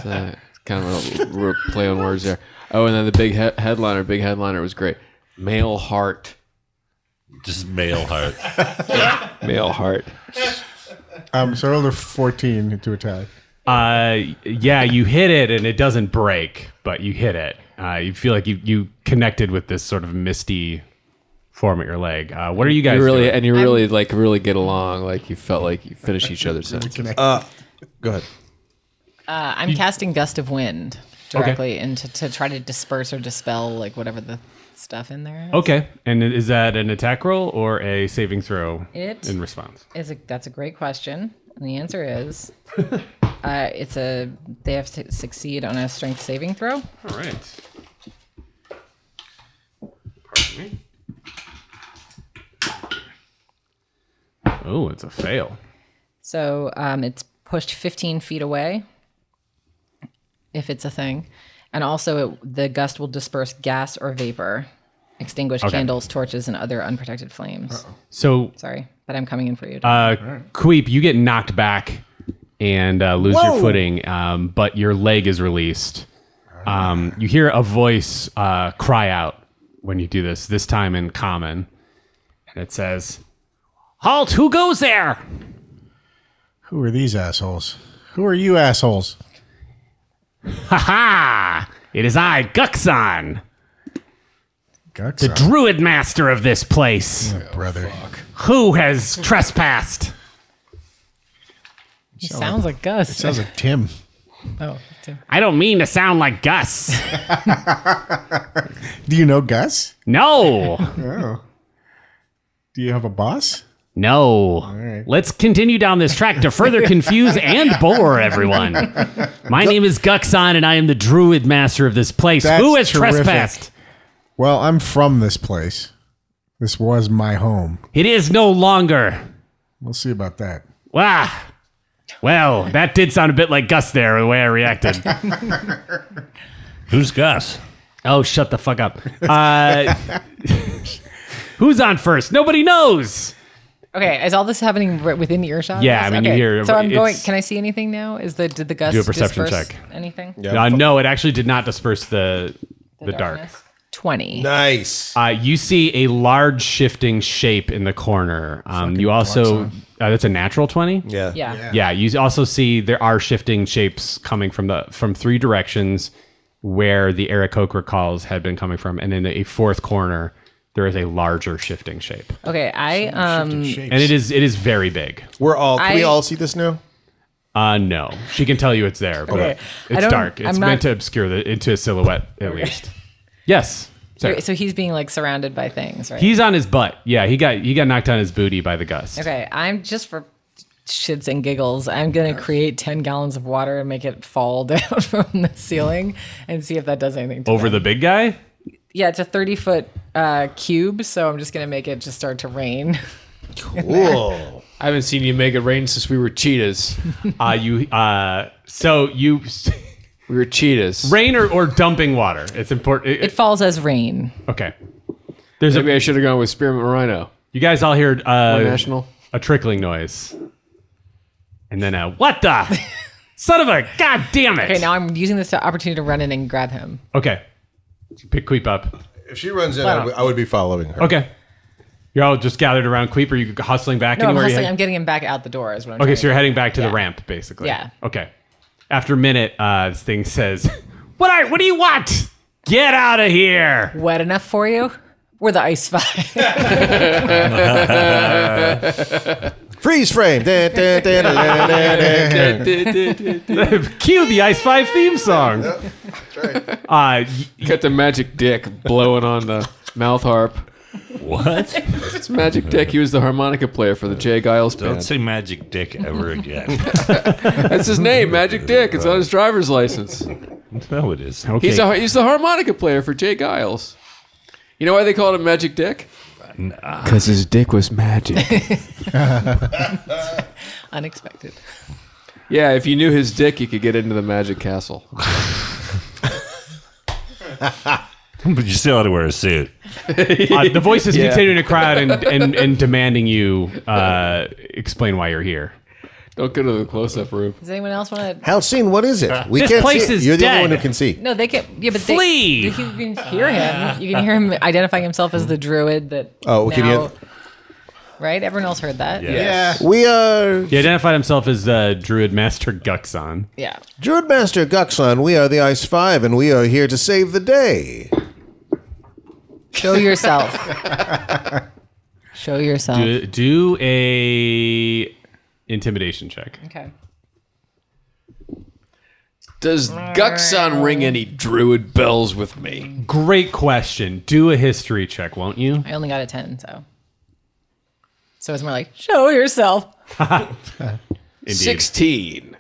Speaker 7: so, kind of a r- play on words there. Oh, and then the big he- headliner. Big headliner was great. Male Heart.
Speaker 6: Just male heart.
Speaker 7: Male Heart.
Speaker 9: Um, so I rolled a 14 to attack.
Speaker 4: Uh, yeah, you hit it and it doesn't break, but you hit it. Uh, you feel like you you connected with this sort of misty form at your leg. Uh, what are you guys
Speaker 7: You really
Speaker 4: doing?
Speaker 7: and you really like really get along. Like you felt like you finished each other's sentences.
Speaker 5: Go ahead.
Speaker 2: Uh, I'm casting gust of wind directly into to try to disperse or dispel like whatever the stuff in there. is.
Speaker 4: Okay, and is that an attack roll or a saving throw
Speaker 2: It-
Speaker 4: in response?
Speaker 2: Is a, that's a great question, and the answer is, uh, it's a they have to succeed on a strength saving throw.
Speaker 4: All right. Pardon me. Oh, it's a fail.
Speaker 2: So um, it's pushed 15 feet away, if it's a thing, and also it, the gust will disperse gas or vapor, extinguish candles, torches, and other unprotected flames.
Speaker 4: So
Speaker 2: Sorry, but I'm coming in for you.
Speaker 4: Uh, Queep, you get knocked back and uh, lose your footing, um, but your leg is released. Um, you hear a voice uh, cry out when you do this, this time in common. And it says, Halt, who goes there?
Speaker 9: Who are these assholes? Who are you assholes?
Speaker 4: Ha ha! It is I, Guxon,
Speaker 9: Gucks
Speaker 4: the druid master of this place.
Speaker 7: Oh,
Speaker 9: brother.
Speaker 4: Who has trespassed?
Speaker 2: It sounds like gust.
Speaker 9: Sounds like Tim.
Speaker 2: oh, it's a-
Speaker 4: I don't mean to sound like Gus.
Speaker 9: Do you know Gus?
Speaker 4: No.
Speaker 7: Oh,
Speaker 9: Do you have a boss?
Speaker 4: No. Oh, Let's continue down this track to further confuse and bore everyone. My name is Guxon, and I am the druid master of this place.
Speaker 9: That's
Speaker 4: Who has
Speaker 9: terrific.
Speaker 4: trespassed?
Speaker 9: Well, I'm from this place. This was my home.
Speaker 4: It is no longer.
Speaker 9: We'll see about that.
Speaker 4: Wah. Well, that did sound a bit like Gus there, the way I reacted.
Speaker 6: Who's Gus?
Speaker 4: oh, shut the fuck up. Uh, who's on first? Nobody knows.
Speaker 2: Okay, is all this happening right within earshot? of
Speaker 4: Yeah,
Speaker 2: us?
Speaker 4: I mean, you
Speaker 2: okay.
Speaker 4: hear-
Speaker 2: So I'm going.
Speaker 4: it's-
Speaker 2: Can I see anything now? Is the did the gust
Speaker 4: Do a perception
Speaker 2: disperse
Speaker 4: check.
Speaker 2: Anything?
Speaker 4: Uh, no, it actually did not disperse the, the, dark.
Speaker 2: darkness? Twenty.
Speaker 5: Nice.
Speaker 4: Uh, you see a large shifting shape in the corner. Um, you also uh, that's a natural twenty.
Speaker 5: Yeah.
Speaker 2: Yeah.
Speaker 4: Yeah, You also see there are shifting shapes coming from the from three directions. where the Aarakocra calls had been coming from, and in a fourth corner there is a larger shifting shape,
Speaker 2: Okay, I um
Speaker 4: and it is it is very big.
Speaker 10: We're all
Speaker 2: can we I- all
Speaker 10: see this now?
Speaker 4: Uh no, she can tell you it's there, but
Speaker 2: Okay. I
Speaker 4: it's
Speaker 2: don't-
Speaker 4: dark. It's
Speaker 2: I'm not-
Speaker 4: meant to obscure the into a silhouette at least. Yes, Sarah.
Speaker 2: so he's being like surrounded by things, right?
Speaker 4: he's on his butt. Yeah, he got he got knocked on his booty by the gust.
Speaker 2: Okay, I'm just for shits and giggles. I'm gonna create ten gallons of water and make it fall down from the ceiling and see if that does anything. To
Speaker 4: Over the big guy.
Speaker 2: yeah, it's a thirty foot uh, cube, so I'm just gonna make it just start to rain.
Speaker 7: Whoa. I haven't seen you make it rain since we were cheetahs.
Speaker 4: uh, you uh, so you
Speaker 7: we were cheetahs.
Speaker 4: Rain or, or dumping water. It's important.
Speaker 2: It falls as rain.
Speaker 4: Okay. There's
Speaker 7: Maybe I should have gone with Spearmint Rhino.
Speaker 4: You guys all heard uh,
Speaker 7: More national.
Speaker 4: a trickling noise, and then a what the son of a god damn it.
Speaker 2: Okay, now I'm using this to- opportunity to run in and grab him.
Speaker 4: Okay. Pick Queep up.
Speaker 10: If she runs in, I would- I would be following her.
Speaker 4: Okay. You're all just gathered around Queep. Are you hustling back
Speaker 2: No, I'm
Speaker 4: anywhere? You
Speaker 2: hustling.
Speaker 4: head-
Speaker 2: I'm getting him back out the door. Is what I'm
Speaker 4: okay,
Speaker 2: trying
Speaker 4: so you're
Speaker 2: to-
Speaker 4: heading back to
Speaker 2: Yeah.
Speaker 4: the ramp, basically.
Speaker 2: Yeah.
Speaker 4: Okay. After a minute, uh, this thing says, "What are? What do you want? Get out of here!"
Speaker 2: wet enough for you. We're the ice five.
Speaker 10: Freeze frame. Dun, dun, dun, dun, dun, dun, dun, dun.
Speaker 4: Cue the Ice Five theme song. Uh,
Speaker 7: Got the magic dick blowing on the mouth harp.
Speaker 6: What?
Speaker 7: It's magic dick. He was the harmonica player for the Jay Giles band.
Speaker 6: Don't say magic dick ever again.
Speaker 7: That's his name, Magic Dick. It's on his driver's license.
Speaker 6: no, it is.
Speaker 7: He's, a, he's the harmonica player for Jay Giles. You know why they called him Magic Dick?
Speaker 6: Because
Speaker 7: his dick was magic.
Speaker 2: Unexpected.
Speaker 7: Yeah, if you knew his dick, you could get into the Magic Castle.
Speaker 6: but you still had to wear a suit.
Speaker 4: Uh, the voice is
Speaker 6: Yeah.
Speaker 4: continuing to crowd and, and, and demanding you uh, explain why you're here.
Speaker 7: Don't go to the close-up room.
Speaker 2: Does anyone else want to?
Speaker 10: Halcine, what is it? We
Speaker 4: This
Speaker 10: can't
Speaker 4: place
Speaker 10: see it.
Speaker 4: is
Speaker 10: You're the
Speaker 4: dead.
Speaker 10: only one who can see.
Speaker 2: No, they can. Yeah, but they-
Speaker 4: Flee!
Speaker 2: you can you can hear him. You can hear him identifying himself as the druid that.
Speaker 10: Oh,
Speaker 2: now,
Speaker 10: can you-
Speaker 2: Right, everyone else heard that.
Speaker 10: Yeah. We are
Speaker 4: He identified himself as uh, Druid Master Guxon.
Speaker 2: Yeah.
Speaker 10: Druid Master Guxon, we are the Ice Five, and we are here to save the day.
Speaker 2: Show yourself. Show yourself.
Speaker 4: Do, do a intimidation check.
Speaker 2: Okay.
Speaker 7: Does
Speaker 2: Mm.
Speaker 7: Guxon ring any druid bells with me?
Speaker 4: Great question. Do a history check, won't you?
Speaker 2: I only got a ten, so. So it's more like show yourself.
Speaker 4: Indeed.
Speaker 7: 16.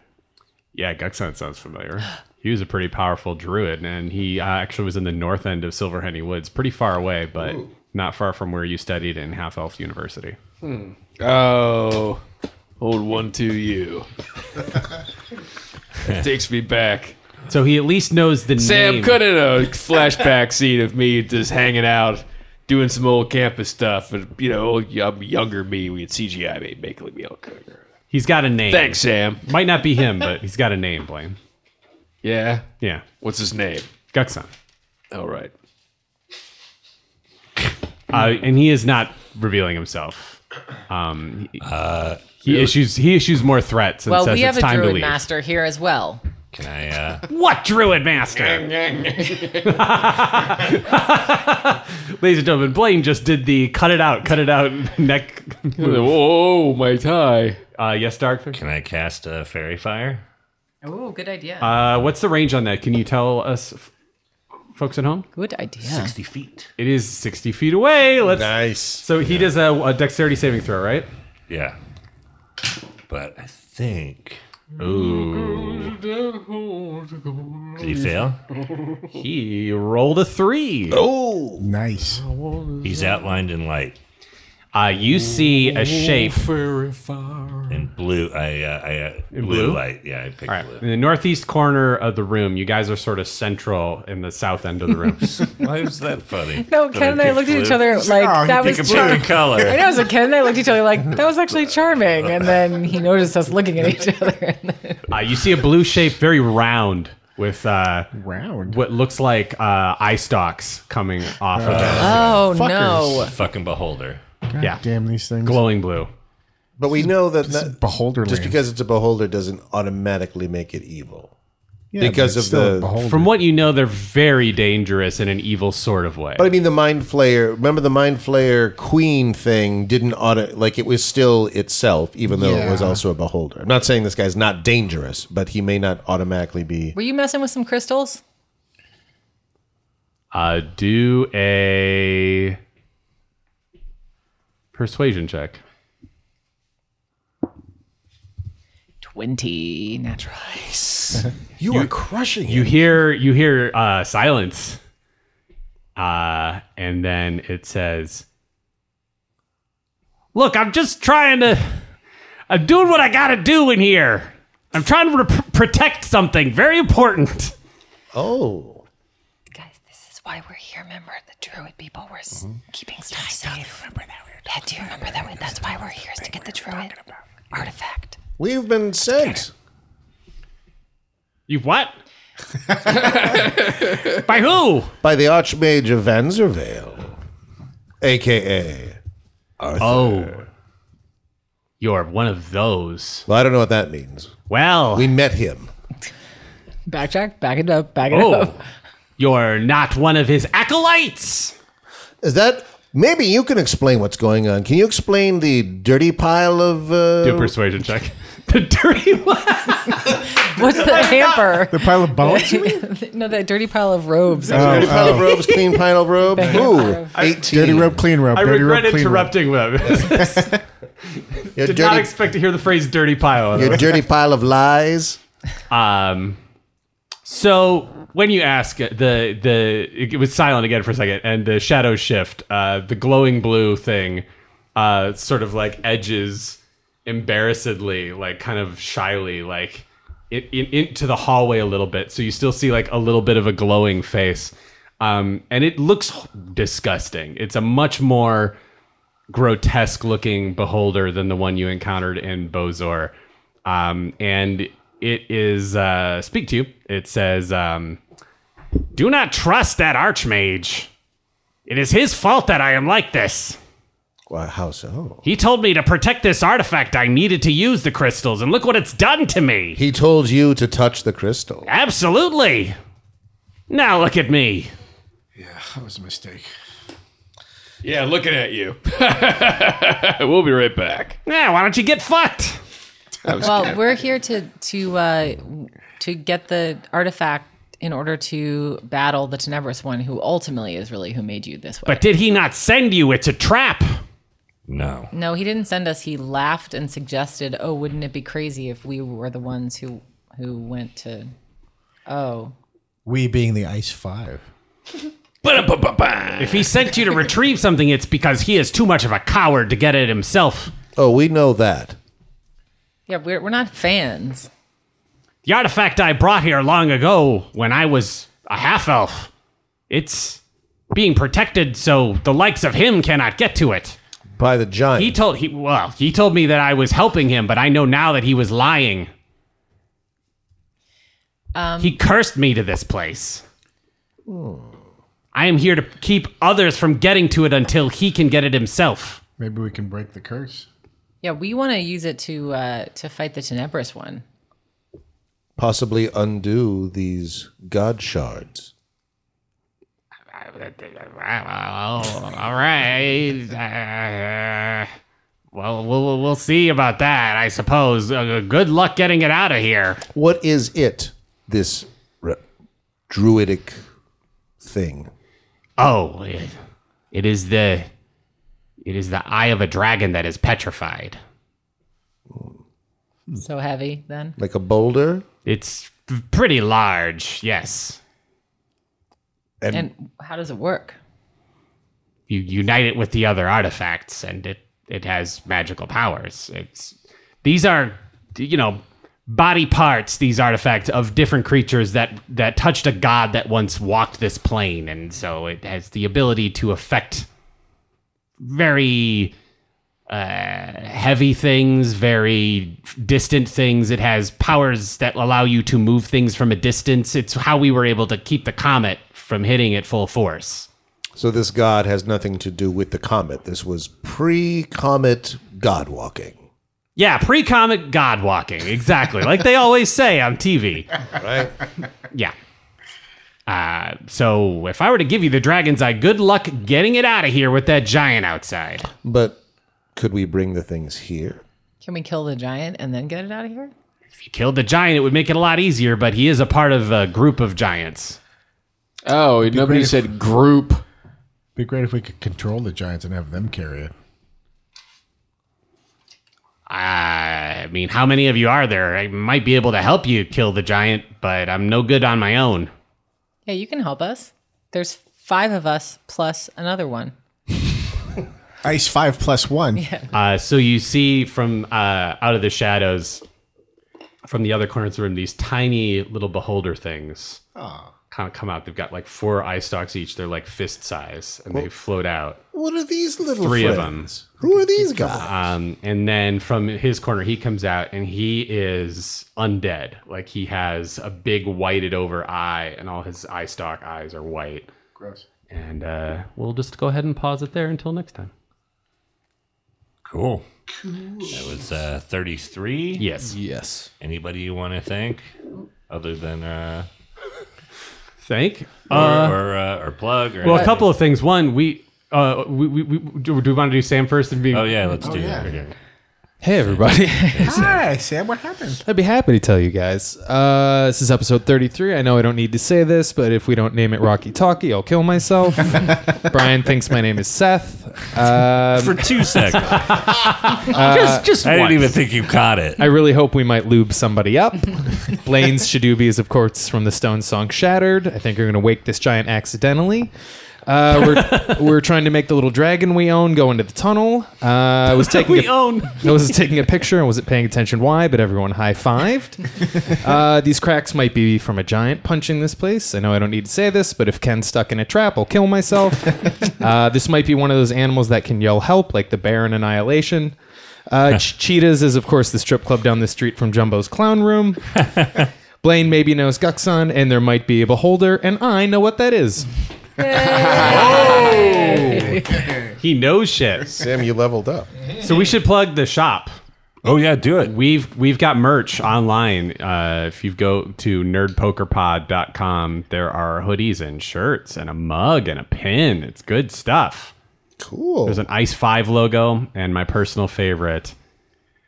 Speaker 4: Yeah, Guxon sounds familiar. He was a pretty powerful druid, and he uh, actually was in the north end of Silverhenny Woods, pretty far away, but not far from where you studied in Half Elf University.
Speaker 6: Hmm.
Speaker 7: Oh, old one to you. That takes me back.
Speaker 4: So he at least knows the
Speaker 7: Sam
Speaker 4: name.
Speaker 7: could in a flashback scene of me just hanging out, doing some old campus stuff, and you know, old, young- younger me, we had CGI me making me look younger.
Speaker 4: He's got a name.
Speaker 7: Thanks, Sam.
Speaker 4: Might not be him, but he's got a name, Blaine.
Speaker 7: Yeah.
Speaker 4: Yeah.
Speaker 7: What's his name?
Speaker 4: Guxon.
Speaker 7: All right.
Speaker 4: Uh, and he is not revealing himself. Um, he,
Speaker 6: Uh,
Speaker 4: he issues he issues more threats and
Speaker 2: Well,
Speaker 4: says
Speaker 2: we have
Speaker 4: it's
Speaker 2: a
Speaker 4: time to
Speaker 2: druid
Speaker 4: leave.
Speaker 2: master here as well.
Speaker 6: Can I? Uh,
Speaker 4: What druid master? Ladies and gentlemen, Blaine just did the cut it out, cut it out neck.
Speaker 7: Whoa, my tie.
Speaker 4: Uh, yes, Dark. Can
Speaker 6: I cast a fairy fire?
Speaker 2: Oh, good idea.
Speaker 4: Uh, what's the range on that? Can you tell us, f- folks at home?
Speaker 2: Good idea. Sixty
Speaker 6: feet.
Speaker 4: It is sixty feet away. Let's
Speaker 10: nice.
Speaker 4: So he does a, a dexterity saving throw, right?
Speaker 6: Yeah. But I think.
Speaker 4: Ooh.
Speaker 6: Did he fail?
Speaker 4: He rolled a three.
Speaker 6: Oh.
Speaker 9: Nice.
Speaker 6: He's outlined in light.
Speaker 4: Uh, you see a shape
Speaker 6: in blue. I, uh, I uh,
Speaker 4: In
Speaker 6: blue,
Speaker 4: blue?
Speaker 6: light. Yeah, I picked
Speaker 4: All right.
Speaker 6: blue.
Speaker 4: In the northeast corner of the room, you guys are sort of central in the south end of the room.
Speaker 6: Why was that funny?
Speaker 2: No, Ken and I looked at each other like
Speaker 4: "Oh,
Speaker 2: that
Speaker 4: he
Speaker 2: was
Speaker 4: picked a
Speaker 2: charming.
Speaker 4: perfect color."
Speaker 2: I know. So Ken and I looked at each other like that was actually charming, and then he noticed us looking at each other.
Speaker 4: Uh, you see a blue shape, very round, with uh, round what looks like uh, eye stalks coming off of it.
Speaker 2: Oh, Fuckers. no.
Speaker 6: Fucking beholder.
Speaker 9: God
Speaker 4: yeah.
Speaker 9: damn these things.
Speaker 4: Glowing blue.
Speaker 5: But we know that,
Speaker 9: Beholder
Speaker 5: just
Speaker 9: land.
Speaker 5: because it's a beholder doesn't automatically make it evil.
Speaker 4: Yeah,
Speaker 5: because of
Speaker 4: but it's still
Speaker 5: the-
Speaker 4: a beholder.
Speaker 10: From what you know, they're very dangerous in an evil sort of way.
Speaker 5: But I mean, the mind flayer. Remember the mind flayer queen thing didn't auto like it was still itself, even though it was
Speaker 4: Yeah.
Speaker 5: also a beholder. I'm not saying this guy's not dangerous, but he may not automatically be.
Speaker 2: Were you messing with some crystals?
Speaker 10: Uh, do a persuasion check.
Speaker 2: 20 natural.
Speaker 9: You, are crushing
Speaker 10: You
Speaker 9: it.
Speaker 10: hear you hear uh, silence, uh, and then it says, "Look, I'm just trying to. I'm doing what I got to do in here. I'm trying to re- protect something very important."
Speaker 5: Oh,
Speaker 11: Guys, this is why we're here. Remember, the druid people were s keeping stuff safe. Remember that we yeah, do you remember that? We, that's why we're here, is to get the druid artifact.
Speaker 5: We've been sent.
Speaker 10: You've what? By who?
Speaker 5: By the Archmage of Vanzervale, aka Arthur.
Speaker 10: Oh, you're one of those.
Speaker 5: Well, I don't know what that means.
Speaker 10: Well,
Speaker 5: We met him.
Speaker 2: Backtrack, back it up, back it
Speaker 10: oh,
Speaker 2: up.
Speaker 10: you're not one of his acolytes.
Speaker 5: Is that maybe you can explain what's going on? Can you explain the dirty pile of uh,
Speaker 10: Do a persuasion check. The dirty
Speaker 2: What's the hamper?
Speaker 4: the pile of bones?
Speaker 2: no, that dirty pile of robes.
Speaker 5: dirty pile
Speaker 10: Oh.
Speaker 5: of robes, clean pile of robes? Ooh, eighteen.
Speaker 4: Dirty rope, clean rope.
Speaker 10: I
Speaker 4: dirty
Speaker 10: regret
Speaker 4: rope, clean rope.
Speaker 10: interrupting them.
Speaker 5: Your
Speaker 10: Did not
Speaker 5: dirty,
Speaker 10: expect to hear the phrase "dirty pile."
Speaker 5: your dirty pile of lies.
Speaker 10: Um, so when you ask uh, the the it was silent again for a second, and the shadow shift, uh, the glowing blue thing, uh, sort of like edges embarrassedly, like kind of shyly, like it, in, into the hallway a little bit. So you still see like a little bit of a glowing face, um, and it looks disgusting. It's a much more grotesque looking beholder than the one you encountered in Bozor. Um, and it is uh, speak to you. It says, um, "Do not trust that archmage. It is his fault that I am like this.
Speaker 5: Well, how so?
Speaker 10: He told me to protect this artifact. I needed to use the crystals, and look what it's done to me.
Speaker 5: He told you to touch the crystal.
Speaker 10: Absolutely. Now look at me.
Speaker 12: Yeah, that was a mistake.
Speaker 7: Yeah, looking at you. we'll be right back.
Speaker 10: Yeah, why don't you get fucked?"
Speaker 2: Well, we're here to to uh, to get the artifact in order to battle the Tenebris one, who ultimately is really who made you this way.
Speaker 10: But did he not send you? It's a trap.
Speaker 13: No.
Speaker 2: no, he didn't send us. He laughed and suggested, "Oh, wouldn't it be crazy if we were the ones who who went to?" Oh,
Speaker 9: we being the Ice Five.
Speaker 10: If he sent you to retrieve something, it's because he is too much of a coward to get it himself.
Speaker 5: Oh, we know that.
Speaker 2: yeah, we're we're not fans.
Speaker 10: The artifact I brought here long ago when I was a half elf, it's being protected so the likes of him cannot get to it.
Speaker 5: By the giant.
Speaker 10: He told he well, he told me that I was helping him, but I know now that he was lying.
Speaker 2: Um,
Speaker 10: he cursed me to this place. I am here to keep others from getting to it until he can get it himself.
Speaker 4: Maybe we can break the curse.
Speaker 2: Yeah, we want to use it to uh, to fight the Tenebris one.
Speaker 5: possibly undo these god shards.
Speaker 10: Well, all right. Uh, well, we'll we'll see about that, I suppose. Uh, good luck getting it out of here.
Speaker 5: What is it? This re- druidic thing.
Speaker 10: Oh, it, it is the it is the eye of a dragon that is petrified.
Speaker 2: So heavy then.
Speaker 5: Like a boulder?
Speaker 10: It's pretty large. Yes,
Speaker 5: And,
Speaker 2: And how does it work?
Speaker 10: you unite it with the other artifacts, and it it has magical powers. It's these are you know body parts these artifacts of different creatures that that touched a god that once walked this plane and so it has the ability to affect very uh, heavy things very distant things it has powers that allow you to move things from a distance it's how we were able to keep the comet from hitting at full force
Speaker 5: so this god has nothing to do with the comet. This was pre comet god walking.
Speaker 4: Yeah, pre-comic god walking. Exactly. like they always say on TV.
Speaker 10: Right.
Speaker 4: Yeah. Uh, so if I were to give you the dragon's eye, good luck getting it out of here with that giant outside.
Speaker 5: But could we bring the things here?
Speaker 2: Can we kill the giant and then get it out of here?
Speaker 4: If you killed the giant, it would make it a lot easier, but he is a part of a group of giants.
Speaker 7: Oh, nobody said group.
Speaker 9: Be great if we could control the giants and have them carry it.
Speaker 4: Uh, I mean, how many of you are there? I might be able to help you kill the giant, but I'm no good on my own.
Speaker 2: Yeah, you can help us. There's five of us plus another one.
Speaker 9: Ice five plus one.
Speaker 4: Uh, so you see from uh, out of the shadows, from the other corner of the room, these tiny little beholder things
Speaker 5: Ah.
Speaker 4: kind of come out. They've got like four eye stalks each. They're like fist size, and they float out.
Speaker 5: What are these little
Speaker 4: Three of them.
Speaker 5: friends? Who are these guys?
Speaker 4: Um, and then from his corner, he comes out and he is undead. Like he has a big whited over eye, and all his eye stalk eyes are white.
Speaker 9: Gross.
Speaker 4: And uh, we'll just go ahead and pause it there until next time.
Speaker 6: Cool. That was uh, 33.
Speaker 4: Yes.
Speaker 6: Yes. Anybody you want to thank other than uh,
Speaker 4: Thank.
Speaker 6: or
Speaker 4: Uh,
Speaker 6: or, uh, or plug or
Speaker 4: Well, a
Speaker 6: anything?
Speaker 4: couple of things. One, we. Uh, we, we, we, do do we want to do Sam first and be?
Speaker 6: Oh yeah, let's do that. Okay.
Speaker 14: Hey, everybody.
Speaker 9: Hi, Sam. What happened?
Speaker 14: I'd be happy to tell you guys. Uh, this is episode 33. I know I don't need to say this, but if we don't name it Rocky Talkie, I'll kill myself. Brian thinks my name is Seth. Um,
Speaker 6: For two seconds.
Speaker 14: Uh,
Speaker 6: just just I didn't even think you caught it.
Speaker 14: I really hope we might lube somebody up. Blaine's Shadoobie is, of course, from the Stone song Shattered. I think you're going to wake this giant accidentally. Uh, we're, we're trying to make the little dragon we own go into the tunnel. Uh, I was taking
Speaker 4: We
Speaker 14: a-
Speaker 4: own.
Speaker 14: I was taking a picture and wasn't paying attention why, but everyone high fived. Uh, these cracks might be from a giant punching this place. I know I don't need to say this, but if Ken's stuck in a trap, I'll kill myself. uh, this might be one of those animals that can yell help, like the bear in Annihilation. Uh, Ch- Cheetahs is, of course, the strip club down the street from Jumbo's Clown Room. Blaine maybe knows Guxon, and there might be a beholder, and I know what that is.
Speaker 4: Oh! He knows shit. Sam,
Speaker 10: you leveled up.
Speaker 4: So we should plug the shop.
Speaker 6: Oh yeah, do it.
Speaker 4: We've we've got merch online. Uh, if you go to nerdpokerpod.com, there are hoodies and shirts and a mug and a pin. It's good stuff.
Speaker 5: Cool.
Speaker 4: There's an Ice Five logo and my personal favorite,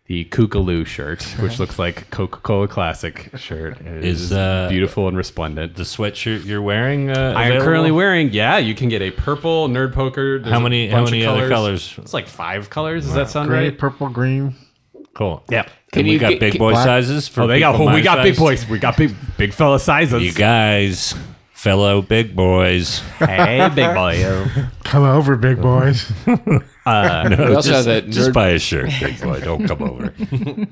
Speaker 4: the Kookaloo shirt, which looks like Coca-Cola Classic shirt. It
Speaker 6: Is, uh,
Speaker 4: beautiful and resplendent.
Speaker 6: The sweatshirt you're wearing. Uh,
Speaker 4: I am
Speaker 6: available?
Speaker 4: currently wearing. Yeah, you can get a purple nerd poker. There's
Speaker 6: How
Speaker 4: a
Speaker 6: many- how
Speaker 4: bunch of
Speaker 6: many other colors?
Speaker 4: It's like five colors. Does that sound
Speaker 9: Gray,
Speaker 4: right?
Speaker 9: purple, green.
Speaker 6: Cool.
Speaker 4: Yeah.
Speaker 6: Can And we you got get- big boy
Speaker 4: Black-
Speaker 6: sizes for
Speaker 4: oh, they got.
Speaker 6: people
Speaker 4: Oh, we
Speaker 6: my
Speaker 4: got big
Speaker 6: size?
Speaker 4: boys. We got big big fella sizes.
Speaker 6: You guys, fellow big boys.
Speaker 4: Hey, big boy.
Speaker 9: Come over, big boys.
Speaker 4: Uh,
Speaker 6: No,
Speaker 7: we
Speaker 6: just-
Speaker 7: also have that
Speaker 6: just
Speaker 7: nerd-
Speaker 6: buy a shirt, big boy. Don't come over.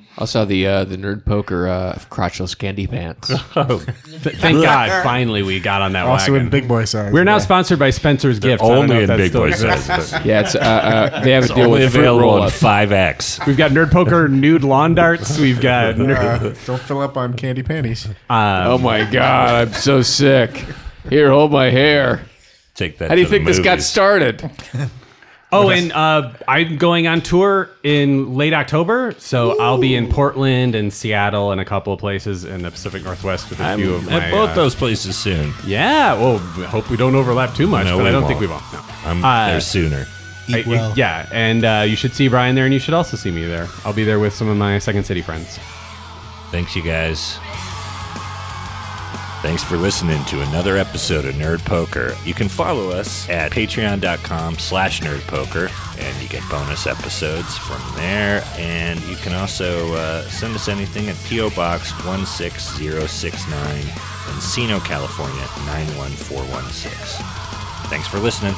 Speaker 7: also the uh, the nerd poker uh, crotchless candy pants.
Speaker 6: Oh.
Speaker 4: Th- Thank God, finally we got on that
Speaker 9: also
Speaker 4: wagon.
Speaker 9: in big boy size.
Speaker 4: We're now sponsored by Spencer's Gifts. I don't know
Speaker 6: only
Speaker 4: if
Speaker 6: in
Speaker 4: that's
Speaker 6: big
Speaker 4: still
Speaker 6: boy
Speaker 4: exists.
Speaker 6: sizes. but-
Speaker 7: Yeah, it's, uh, uh, they have
Speaker 6: It's
Speaker 7: a deal
Speaker 6: only
Speaker 7: with fruit
Speaker 6: available in
Speaker 7: roll-ups.
Speaker 6: five X.
Speaker 4: We've got nerd poker, nude lawn darts. We've got nerd.
Speaker 9: Uh, don't fill up on candy panties.
Speaker 6: Um,
Speaker 7: Oh my god, I'm so sick. Here, hold my hair.
Speaker 6: Take that.
Speaker 7: How do you
Speaker 6: to the
Speaker 7: think this got
Speaker 6: movies.
Speaker 7: started?
Speaker 4: Oh, and uh, I'm going on tour in late October, so I'll be in Portland and Seattle and a couple of places in the Pacific Northwest with a few of
Speaker 6: I'm
Speaker 4: my.
Speaker 6: at both
Speaker 4: uh,
Speaker 6: those places soon.
Speaker 4: Yeah. Well, we hope we don't overlap too much,
Speaker 6: No,
Speaker 4: but
Speaker 6: we
Speaker 4: I don't
Speaker 6: won't.
Speaker 4: think we will. No.
Speaker 6: I'm
Speaker 4: Uh,
Speaker 6: there sooner.
Speaker 4: I- Yeah, and uh, you should see Brian there, and you should also see me there. I'll be there with some of my Second City friends.
Speaker 6: Thanks, you guys. Thanks for listening to another episode of Nerd Poker. You can follow us at patreon.com slash nerdpoker, and you get bonus episodes from there. And you can also uh, send us anything at P.O. Box 16069, Encino, California 91416. Thanks for listening.